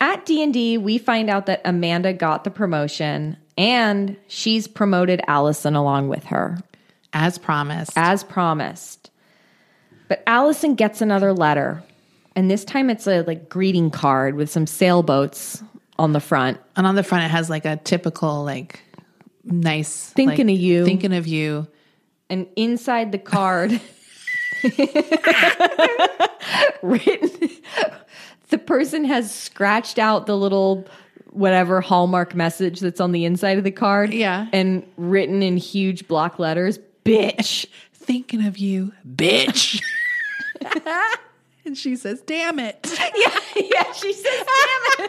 At D&D, we find out that Amanda got the promotion and she's promoted Allison along with her As promised. as promised. But Allison gets another letter. And this time it's a like greeting card with some sailboats on the front. and on the front it has like a typical like nice Thinking like, of you. Thinking of you. and inside the card written the person has scratched out the little whatever hallmark message that's on the inside of the card Yeah. and written in huge block letters bitch Thinking of you, bitch. and she says, "Damn it." yeah yeah she says I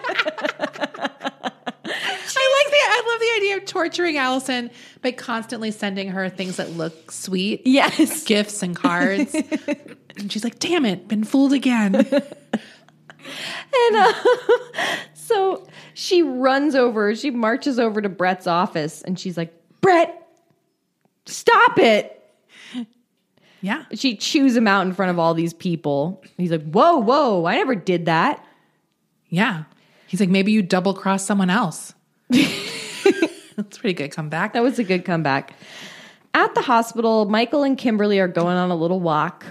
like the I love the idea of torturing Allison by constantly sending her things that look sweet. yes gifts and cards. and she's like, damn it, been fooled again. so she runs over she marches over to brett's office and she's like brett stop it yeah. she chews him out in front of all these people. He's like, "Whoa, whoa! I never did that." Yeah. He's like, maybe you double cross someone else. That's a pretty good comeback. That was a good comeback. At the hospital, Michael and Kimberly are going on a little walk.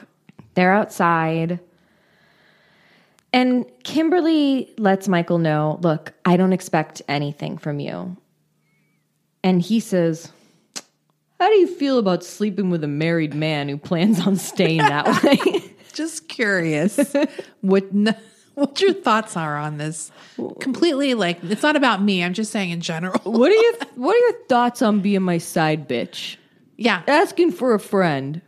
They're outside, and Kimberly lets Michael know, "Look, I don't expect anything from you." And he says, "How do you feel about sleeping with a married man who plans on staying that way?" Just curious what n- what your thoughts are on this. Completely like it's not about me. I'm just saying in general. what are your What are your thoughts on being my side bitch? Yeah. asking for a friend.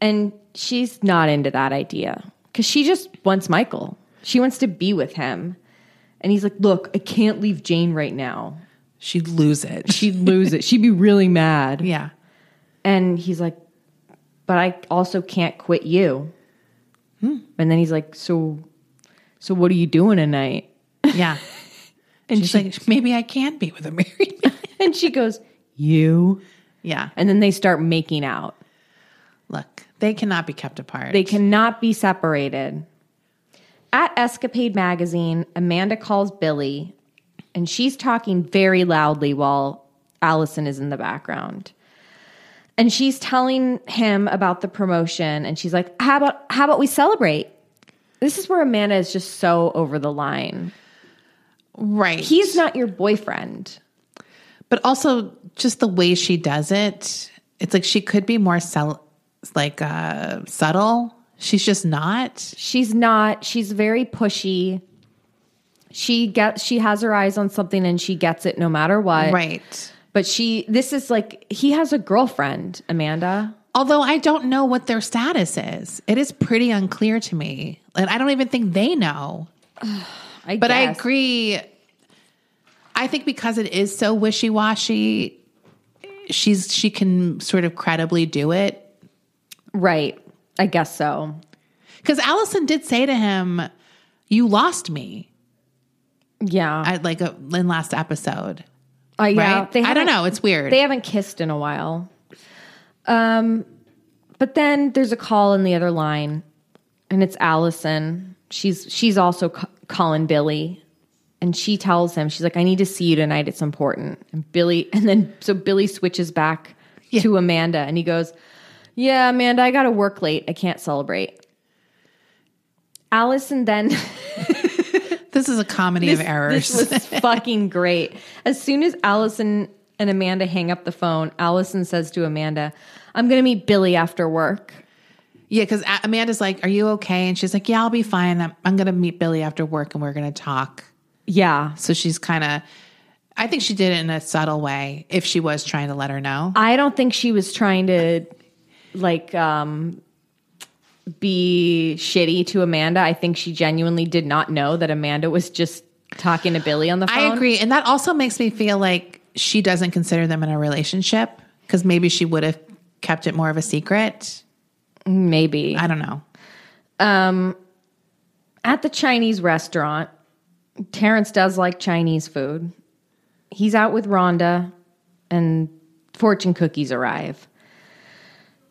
And she's not into that idea because she just wants Michael. She wants to be with him. And he's like, Look, I can't leave Jane right now. She'd lose it. She'd lose it. She'd be really mad. yeah. And he's like, But I also can't quit you. And then he's like, So, so what are you doing tonight? Yeah. and she's like, maybe I can be with a married man. And she goes, You. yeah. And then they start making out. Look, they cannot be kept apart. They cannot be separated. At Escapade Magazine, Amanda calls Billy, and she's talking very loudly while Allison is in the background. And she's telling him about the promotion, and she's like, "How about how about we celebrate?" This is where Amanda is just so over the line. right. He's not your boyfriend. but also just the way she does it it's like she could be more sel- like uh subtle she's just not She's not. She's very pushy. She gets. She has her eyes on something, and she gets it no matter what. right But she, this is like, he has a girlfriend, Amanda. although i don't know what their status is it is pretty unclear to me and i don't even think they know I but i guess. agree i think because it is so wishy-washy she's she can sort of credibly do it Right. I guess so. because allison did say to him you lost me Yeah. I like uh in last episode Uh, yeah, right? I don't haven't- know. It's weird. They haven't kissed in a while. Um, but then there's a call in the other line, and it's Allison. She's she's also ca- calling Billy, and she tells him she's like, "I need to see you tonight. It's important." And Billy, and then so Billy switches back to Amanda, and he goes, "Yeah, Amanda, I got to work late. I can't celebrate." Allison then. This is a comedy of errors. This was fucking great. As soon as Allison and Amanda hang up the phone, Allison says to Amanda, I'm going to meet Billy after work. yeah, because Amanda's like, "Are you okay?" And she's like, "Yeah, I'll be fine. I'm, I'm going to meet Billy after work, and we're going to talk." Yeah. So she's kind of, I think she did it in a subtle way. If she was trying to let her know, I don't think she was trying to like um be shitty to Amanda. I think she genuinely did not know that Amanda was just talking to Billy on the phone. I agree, and that also makes me feel like she doesn't consider them in a relationship because maybe she would have kept it more of a secret. Maybe. I don't know. Um, at the Chinese restaurant, Terrence does like Chinese food. He's out with Rhonda, and fortune cookies arrive.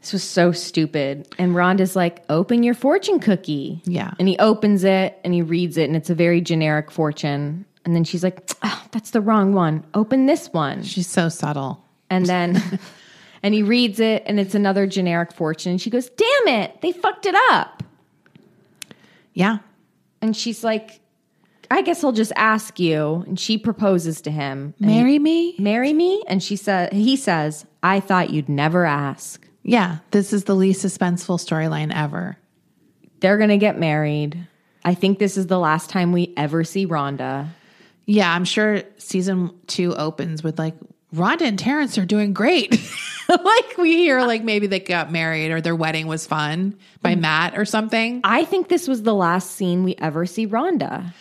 This was so stupid. And Rhonda's like, open your fortune cookie. Yeah. And he opens it and he reads it, and it's a very generic fortune. And then she's like, oh, that's the wrong one. Open this one She's so subtle. and then and he reads it and it's another generic fortune and she goes damn it they fucked it up Yeah, and she's like i guess i'll just ask you and she proposes to him And marry me. he- marry me and she says he says i thought you'd never ask Yeah, this is the least suspenseful storyline ever. they're gonna get married i think this is the last time we ever see rhonda Yeah, I'm sure season two opens with like Rhonda and Terrence are doing great. like we hear like maybe they got married or their wedding was fun by Matt or something. i think this was the last scene we ever see rhonda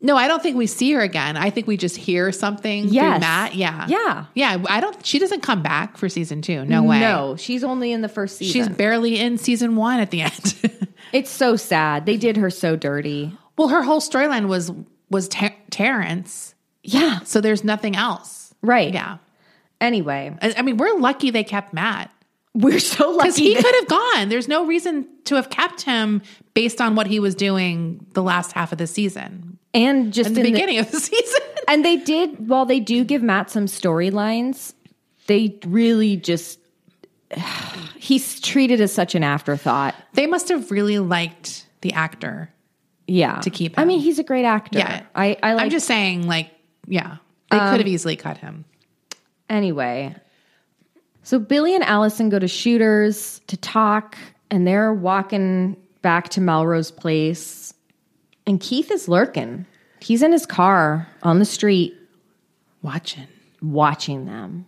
No, I don't think we see her again. I think we just hear something through Yes. Matt. Yeah. Yeah. Yeah. I don't she doesn't come back for season two. No way. no she's only in the first season She's barely in season one at the end. it's so sad they did her so dirty well, her whole storyline was was Ter- Terrence. yeah So there's nothing else. right Yeah. anyway I, I mean, we're lucky they kept Matt. We're so Because lucky. he that- could have gone. There's no reason to have kept him based on what he was doing the last half of the season, and just in the in the- beginning of the season. and they did. While they do give Matt some storylines, they really just he's treated as such an afterthought. they must have really liked the actor. Yeah, To keep I mean, him. he's a great actor. Yeah, I. I like. Um, I'm just saying, like, yeah, they could have easily cut him. Anyway, so Billy and Allison go to Shooters to talk, and they're walking back to Melrose Place, and Keith is lurking. He's in his car on the street. Watching. watching them.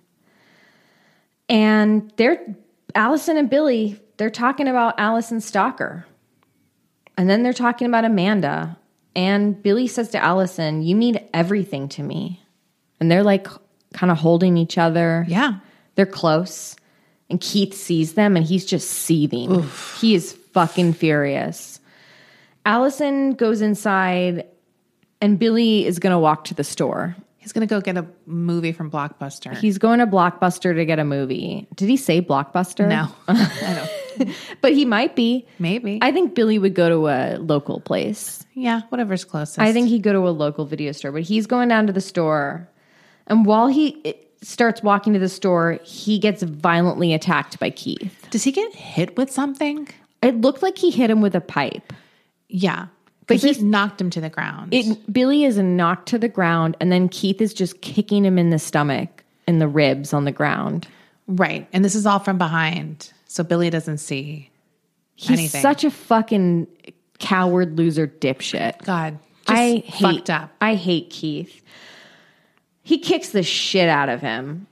And they're Allison and Billy They're talking about Allison Stalker. And then they're talking about Amanda. And Billy says to Allison, You mean everything to me. And they're like kind of holding each other. Yeah. They're close. And Keith sees them and he's just seething. He is fucking furious. Allison goes inside and Billy is going to walk to the store. He's gonna go get a movie from Blockbuster. He's going to Blockbuster to get a movie. Did he say Blockbuster? no, I don't. But he might be. Maybe. I think Billy would go to a local place. yeah, whatever's closest. I think he'd go to a local video store, but he's going down to the store. And while he eh, starts walking to the store, he gets violently attacked by Keith. Does he get hit with something? It looked like he hit him with a pipe. Yeah, but he's- he's knocked him to the ground. It, Billy is knocked to the ground, and then Keith is just kicking him in the stomach and the ribs on the ground. right, and this is all from behind, so Billy doesn't see. He's Anything. such a fucking coward, loser, dipshit. God, just I fucked hate, up. I hate Keith. He kicks the shit out of him.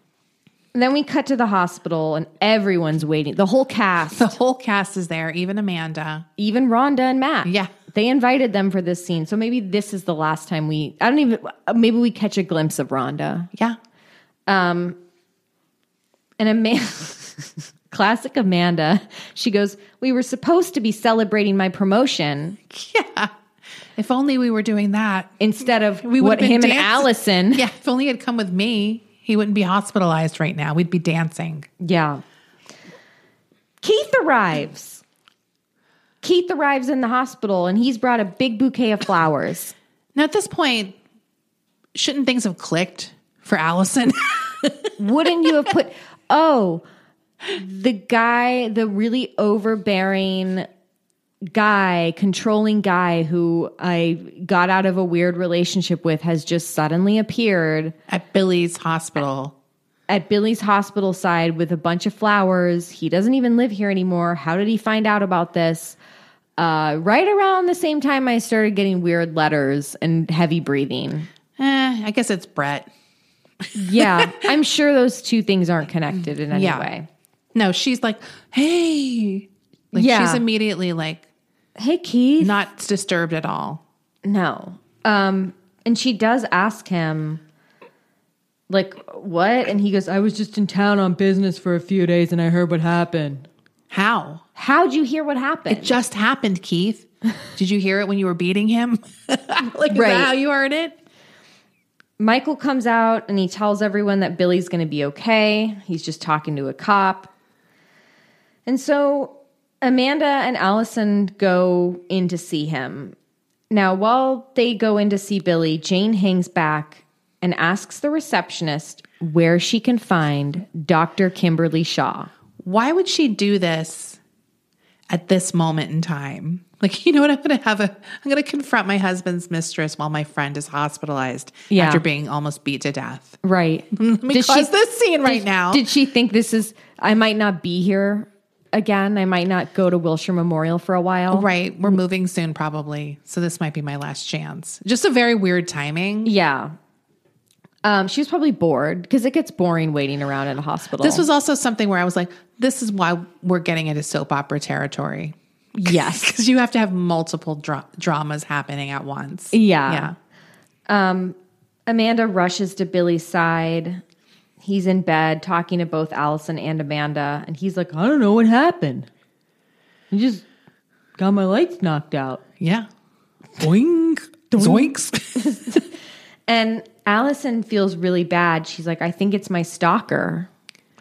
And then we cut to the hospital, and everyone's waiting. The whole cast, The whole cast is there, even Amanda. even Rhonda and Matt. Yeah. They invited them for this scene. So maybe this is the last time we, I don't even, maybe we catch a glimpse of Rhonda. Yeah, And Amanda, classic Amanda, she goes, We were supposed to be celebrating my promotion if only we were doing that. instead of We what would've been him and dancing." Allison. Yeah, if only he'd come with me, he wouldn't be hospitalized right now. We'd be dancing. Yeah. Keith arrives. Keith arrives in the hospital and he's brought a big bouquet of flowers. Now at this point, shouldn't things have clicked for Allison? Wouldn't you have put, oh, the guy, the really overbearing guy, controlling guy who I got out of a weird relationship with has just suddenly appeared at Billy's hospital. at Billy's hospital side with a bunch of flowers. He doesn't even live here anymore. How did he find out about this? Uh, right around the same time, I started getting weird letters and heavy breathing. Eh, I guess it's Brett. Yeah, I'm sure those two things aren't connected in any Yeah. way. No, she's like, hey. Like Yeah. she's immediately like Hey, Keith. not disturbed at all. No. Um, and she does ask him, like, what? And he goes, I was just in town on business for a few days and I heard what happened. How? How'd you hear what happened? It just happened, Keith. Did you hear it when you were beating him? like, is Right. that how you heard it? Michael comes out and he tells everyone that Billy's going to be okay. He's just talking to a cop. And so Amanda and Allison go in to see him. Now, while they go in to see Billy, Jane hangs back and asks the receptionist where she can find Dr. Kimberly Shaw. Why would she do this at this moment in time? Like, you know what? I'm going to have a, I'm going to confront my husband's mistress while my friend is hospitalized Yeah. after being almost beat to death. Right. Let me cause this scene right now. Did she think this is, I might not be here again? I might not go to Wilshire Memorial for a while? Right. We're moving soon, probably. So this might be my last chance. Just a very weird timing. Yeah. Um, she was probably bored because it gets boring waiting around at a hospital. This was also something where I was like, this is why we're getting into soap opera territory. yes. Because you have to have multiple dra- dramas happening at once. Yeah. Yeah. Amanda rushes to Billy's side. He's in bed talking to both Allison and Amanda, and he's like, "I don't know what happened. I just got my lights knocked out." Yeah. Boink. Zoinks. And Allison feels really bad. She's like, "I think it's my stalker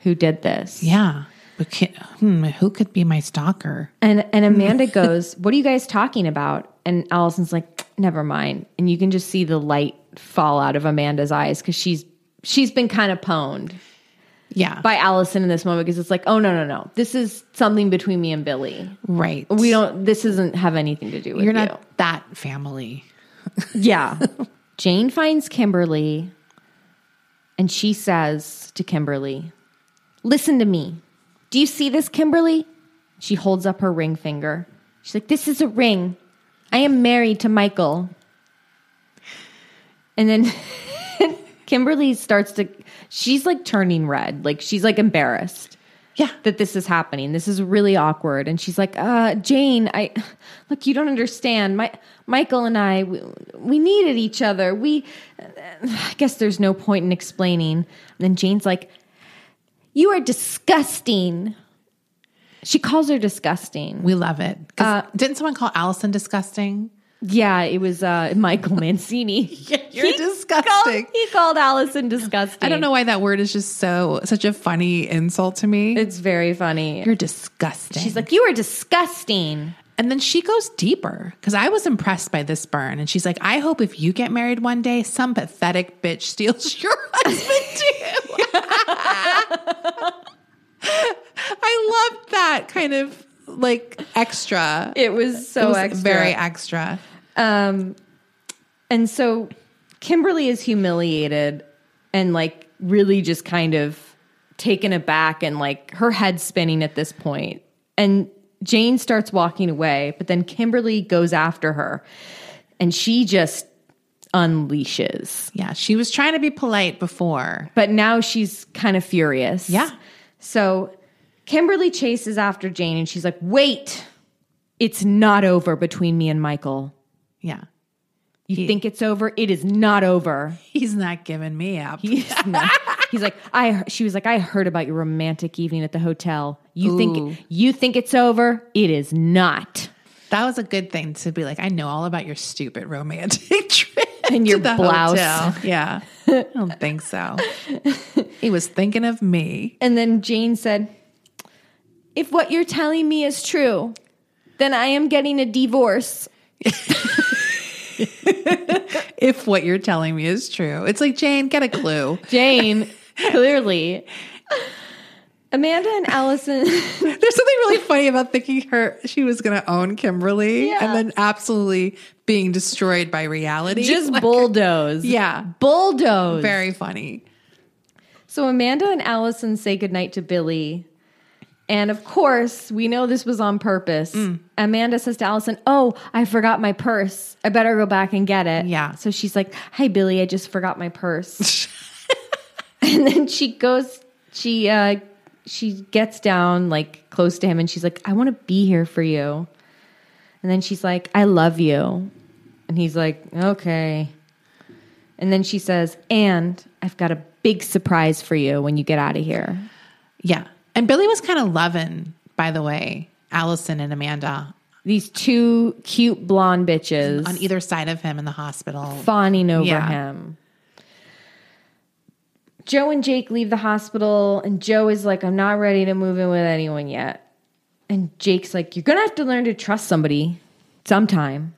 who did this." yeah. But can, hmm, who could be my stalker? And and Amanda goes, "What are you guys talking about?" And Allison's like, "Never mind." And you can just see the light fall out of Amanda's eyes because she's she's been kind of pwned Yeah. by Allison in this moment because it's like, "Oh no no no, this is something between me and Billy. right. We don't. This doesn't have anything to do with You're you." not that family. yeah. Jane finds Kimberly, and she says to Kimberly, "Listen to me. Do you see this, Kimberly?" She holds up her ring finger. She's like, This is a ring. I am married to Michael. And then Kimberly starts to, she's like turning red. Like she's like embarrassed. Yeah. that this is happening. This is really awkward. And she's like, uh, Jane, I look, you don't understand. My Michael and I, we, we needed each other. We, I guess there's no point in explaining. And then Jane's like, you are disgusting. She calls her disgusting. We love it. 'Cause didn't someone call Allison disgusting? Yeah, it was uh, Michael Mancini. you're He disgusting. Called, he called Allison disgusting. I don't know why that word is just so such a funny insult to me. It's very funny. You're disgusting. She's like, you are disgusting. and then she goes deeper because I was impressed by this burn. And she's like, I hope if you get married one day, some pathetic bitch steals your husband too. I loved that kind of like extra. It was so It was extra. very extra. Um, and so Kimberly is humiliated and like really just kind of taken aback and like her head spinning at this point. And Jane starts walking away, but then Kimberly goes after her and she just unleashes. Yeah, she was trying to be polite before. But now she's kind of furious. Yeah. So Kimberly chases after Jane and she's like, wait, it's not over between me and Michael. Yeah. You think it's over? It is not over. He's not giving me up. He's, not- he's like, I. She was like, I heard about your romantic evening at the hotel. You Ooh. think you think it's over? It is not. That was a good thing to be like, I know all about your stupid romantic trip And your to the blouse. hotel." Yeah. I don't think so. he was thinking of me. And then Jane said, If what you're telling me is true, then I am getting a divorce. If what you're telling me is true, it's like, Jane, get a clue. Jane, clearly. Amanda and Allison. There's something really funny about thinking her she was going to own Kimberly Yeah. and then absolutely being destroyed by reality. just Like, bulldoze. Yeah. Bulldoze. Very funny. So Amanda and Allison say goodnight to Billy. And of course, we know this was on purpose. Amanda says to Allison, Oh, I forgot my purse. I better go back and get it. Yeah. So she's like, Hi, Billy, I just forgot my purse. and then she goes, she, uh, she gets down like close to him and she's like, I want to be here for you. And then she's like, I love you. And he's like, Okay. And then she says, And I've got a big surprise for you when you get out of here. Yeah. And Billy was kind of loving, by the way, Allison and Amanda These two cute blonde bitches on either side of him in the hospital. fawning over Yeah. him. Joe and Jake leave the hospital, and Joe is like, I'm not ready to move in with anyone yet. And Jake's like, You're going to have to learn to trust somebody sometime.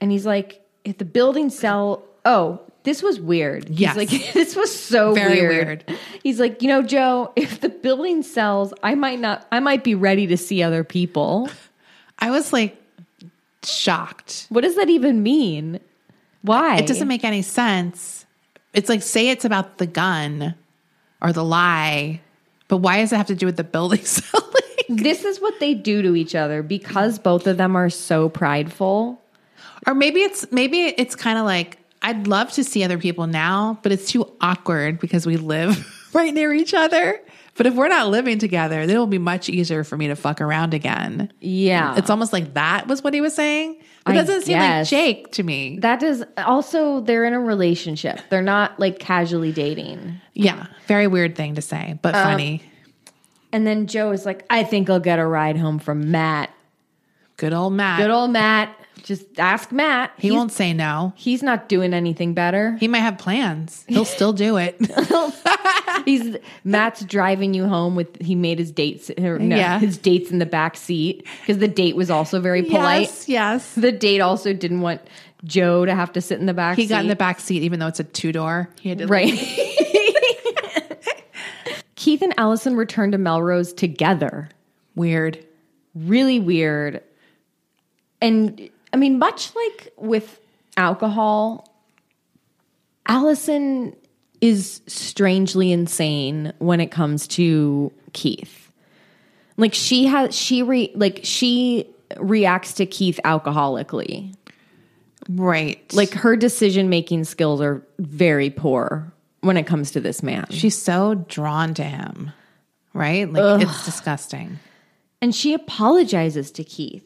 And he's like, If the building sell, oh, this was weird. He's Yes. like, This was so Very weird. He's like, You know, Joe, if the building sells, I might not, I might be ready to see other people. I was like shocked. What does that even mean? Why? It doesn't make any sense. It's like say it's about the gun or the lie, but why does it have to do with the building selling? this is what they do to each other because both of them are so prideful. or maybe it's maybe it's kind of like I'd love to see other people now, but it's too awkward because we live right near each other. But if we're not living together, then it'll be much easier for me to fuck around again. Yeah. It's almost like that was what he was saying. But it Ah. I doesn't seem guess. like Jake to me. that is also they're in a relationship. They're not like casually dating. yeah. Very weird thing to say, but Uh, funny. And then Joe is like, "I think I'll get a ride home from Matt. Good old Matt. Good old Matt. Just ask Matt. He he's, won't say no. He's not doing anything better. He might have plans. He'll still do it. He's Matt's driving you home with. He made his dates. Or no, Yeah. his dates in the back seat because the date was also very polite. Yes, yes. The date also didn't want Joe to have to sit in the back. He got in seat. the back seat, even though it's a two door. He had to like, Right. Keith and Allison return to Melrose together. weird. Really weird. And I mean, much like with alcohol, Allison is strangely insane when it comes to Keith. Like she has she re like she reacts to Keith alcoholically. Right. Like her decision making skills are very poor when it comes to this man. she's so drawn to him. right? Like it's disgusting. And she apologizes to Keith.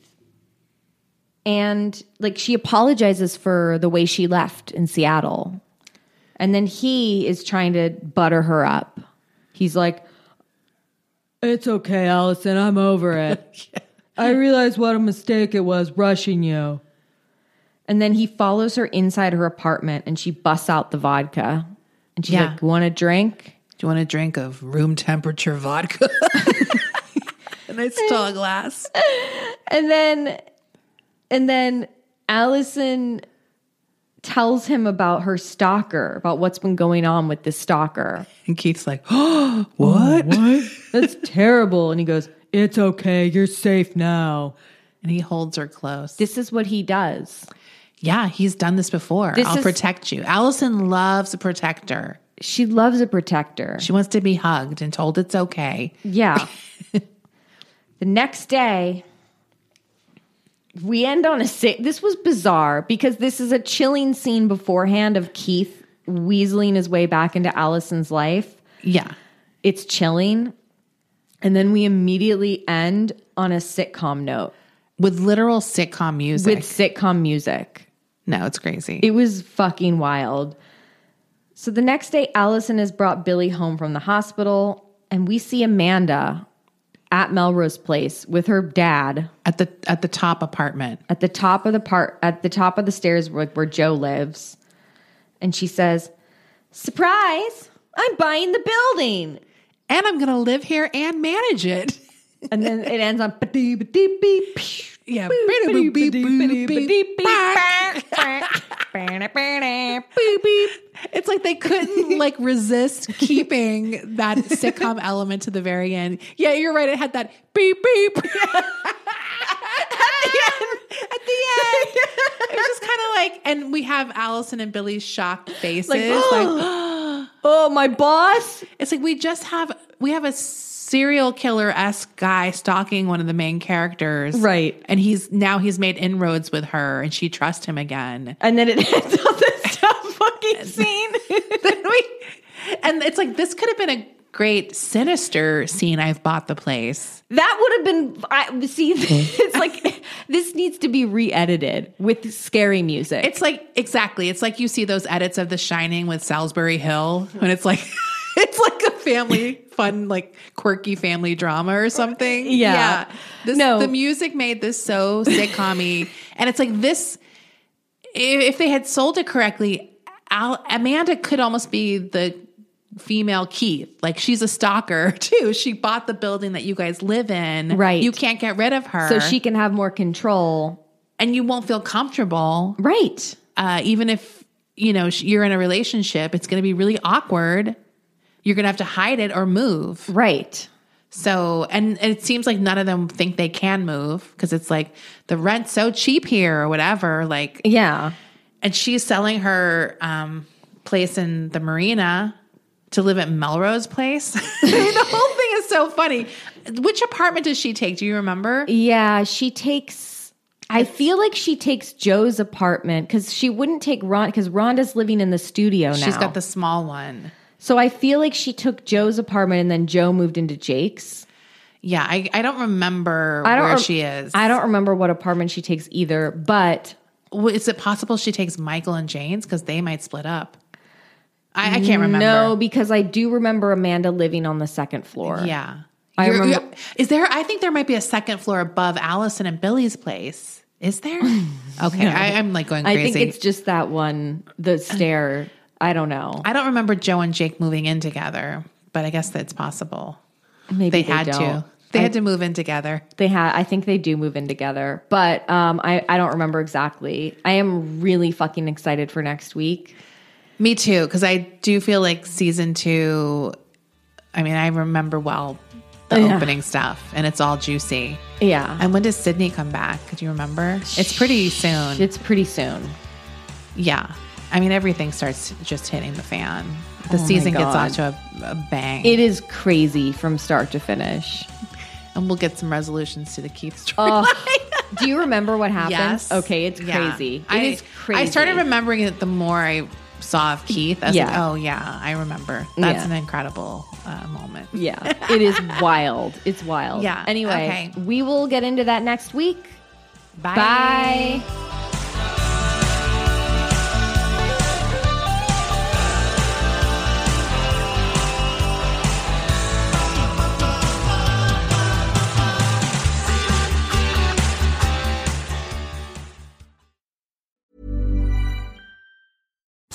And like she apologizes for the way she left in Seattle. And then he is trying to butter her up. He's like, It's okay, Allison. I'm over it. I realize what a mistake it was rushing you. And then he follows her inside her apartment and she busts out the vodka. And she's Yeah. like, Want a drink? Do you want a drink of room temperature vodka? and I stole a glass. and then and then Allison tells him about her stalker, about what's been going on with this stalker. And Keith's like, oh, what? That's terrible. And he goes, It's okay, you're safe now. And he holds her close. This is what he does. yeah, he's done this before. This I'll is- protect you. Allison loves a protector. She loves a protector. She wants to be hugged and told it's okay. Yeah. the next day, we end on a sick. This was bizarre because this is a chilling scene beforehand of Keith weaseling his way back into Allison's life. Yeah. it's chilling. And then we immediately end on a sitcom note With literal sitcom music. with sitcom music. no, it's crazy. It was fucking wild. So the next day, Allison has brought Billy home from the hospital, and we see Amanda at Melrose Place with her dad at the at the top apartment. at the top of the part at the top of the stairs where, where Joe lives. And she says, Surprise! I'm buying the building. And I'm gonna live here and manage it. And then it ends on "Ba-dee, ba-dee, beep, psh." Yeah. Boop, Beep, ba-dee, boop, ba-dee, ba-dee, beep, beep, back. beep, beep. Beep, beep. It's like they couldn't like resist keeping that sitcom element to the very end. Yeah, you're right. It had that beep beep. at the end, at the end, it was just kind of like, and we have Allison and Billy's shocked faces. Like, Oh, my boss. it's like we just have we have a serial killer esque guy stalking one of the main characters, Right. And he's now he's made inroads with her, and she trusts him again. And then it ends on this dumb fucking scene. Then we- and it's like this could have been a great sinister scene. I've bought the place. that would have been. I see. Mm-hmm. It's like this needs to be re-edited with scary music. It's like exactly. It's like you see those edits of The Shining with Salisbury Hill, Mm-hmm. and it's like it's like a family fun, like quirky family drama or something. Yeah. This, No. the music made this so sitcom and it's like this. i- If they had sold it correctly, Al, Amanda could almost be the female Keith. Like she's a stalker too. She bought the building that you guys live in. Right. You can't get rid of her. so she can have more control. and you won't feel comfortable Right. uh, even if you know sh- you're in a relationship, it's going to be really awkward. You're going to have to hide it or move. Right. So, and it seems like none of them think they can move because it's like the rent's so cheap here or whatever. Like, Yeah. and she's selling her um, place in the marina to live at Melrose Place. the whole thing is so funny. Which apartment does she take? Do you remember? Yeah. She takes. I feel like she takes Joe's apartment because she wouldn't take Ron because Rhonda's living in the studio now. She's got the small one. So I feel like she took Joe's apartment and then Joe moved into Jake's. Yeah, I, I don't remember I don't where rem- she is. I don't remember what apartment she takes either, but Well, is it possible she takes Michael and Jane's because they might split up? I, I can't remember. no, because I do remember Amanda living on the second floor. Yeah. I You're- remember- you're- Is there? I think there might be a second floor above Allison and Billy's place. Is there? Okay, I, am like going I crazy. think it's just that one, the stair. I don't know. I don't remember Joe and Jake moving in together, but I guess that's possible. Maybe They, they, had don't. to. They had to move in together. They had. I think they do move in together, but um, I I don't remember exactly. I am really fucking excited for next week. Me too, because I do feel like season two. I mean, I remember well the opening stuff, and it's all juicy. Yeah, And when does Sydney come back? Do you remember? It's pretty soon. it's pretty soon. yeah. I mean, everything starts just hitting the fan. The season gets off to a, a bang. Oh It is crazy from start to finish. and we'll get some resolutions to the Keith story. Oh, do you you remember what happened? yes. Okay, it's Yeah. crazy. It is I, crazy. I started remembering it the more I saw of Keith. I was like, Yeah. oh yeah, I remember. That's Yeah. an incredible uh, moment. Yeah, it is wild. It's wild. Yeah, Anyway, okay. we will get into that next week. Bye. Bye.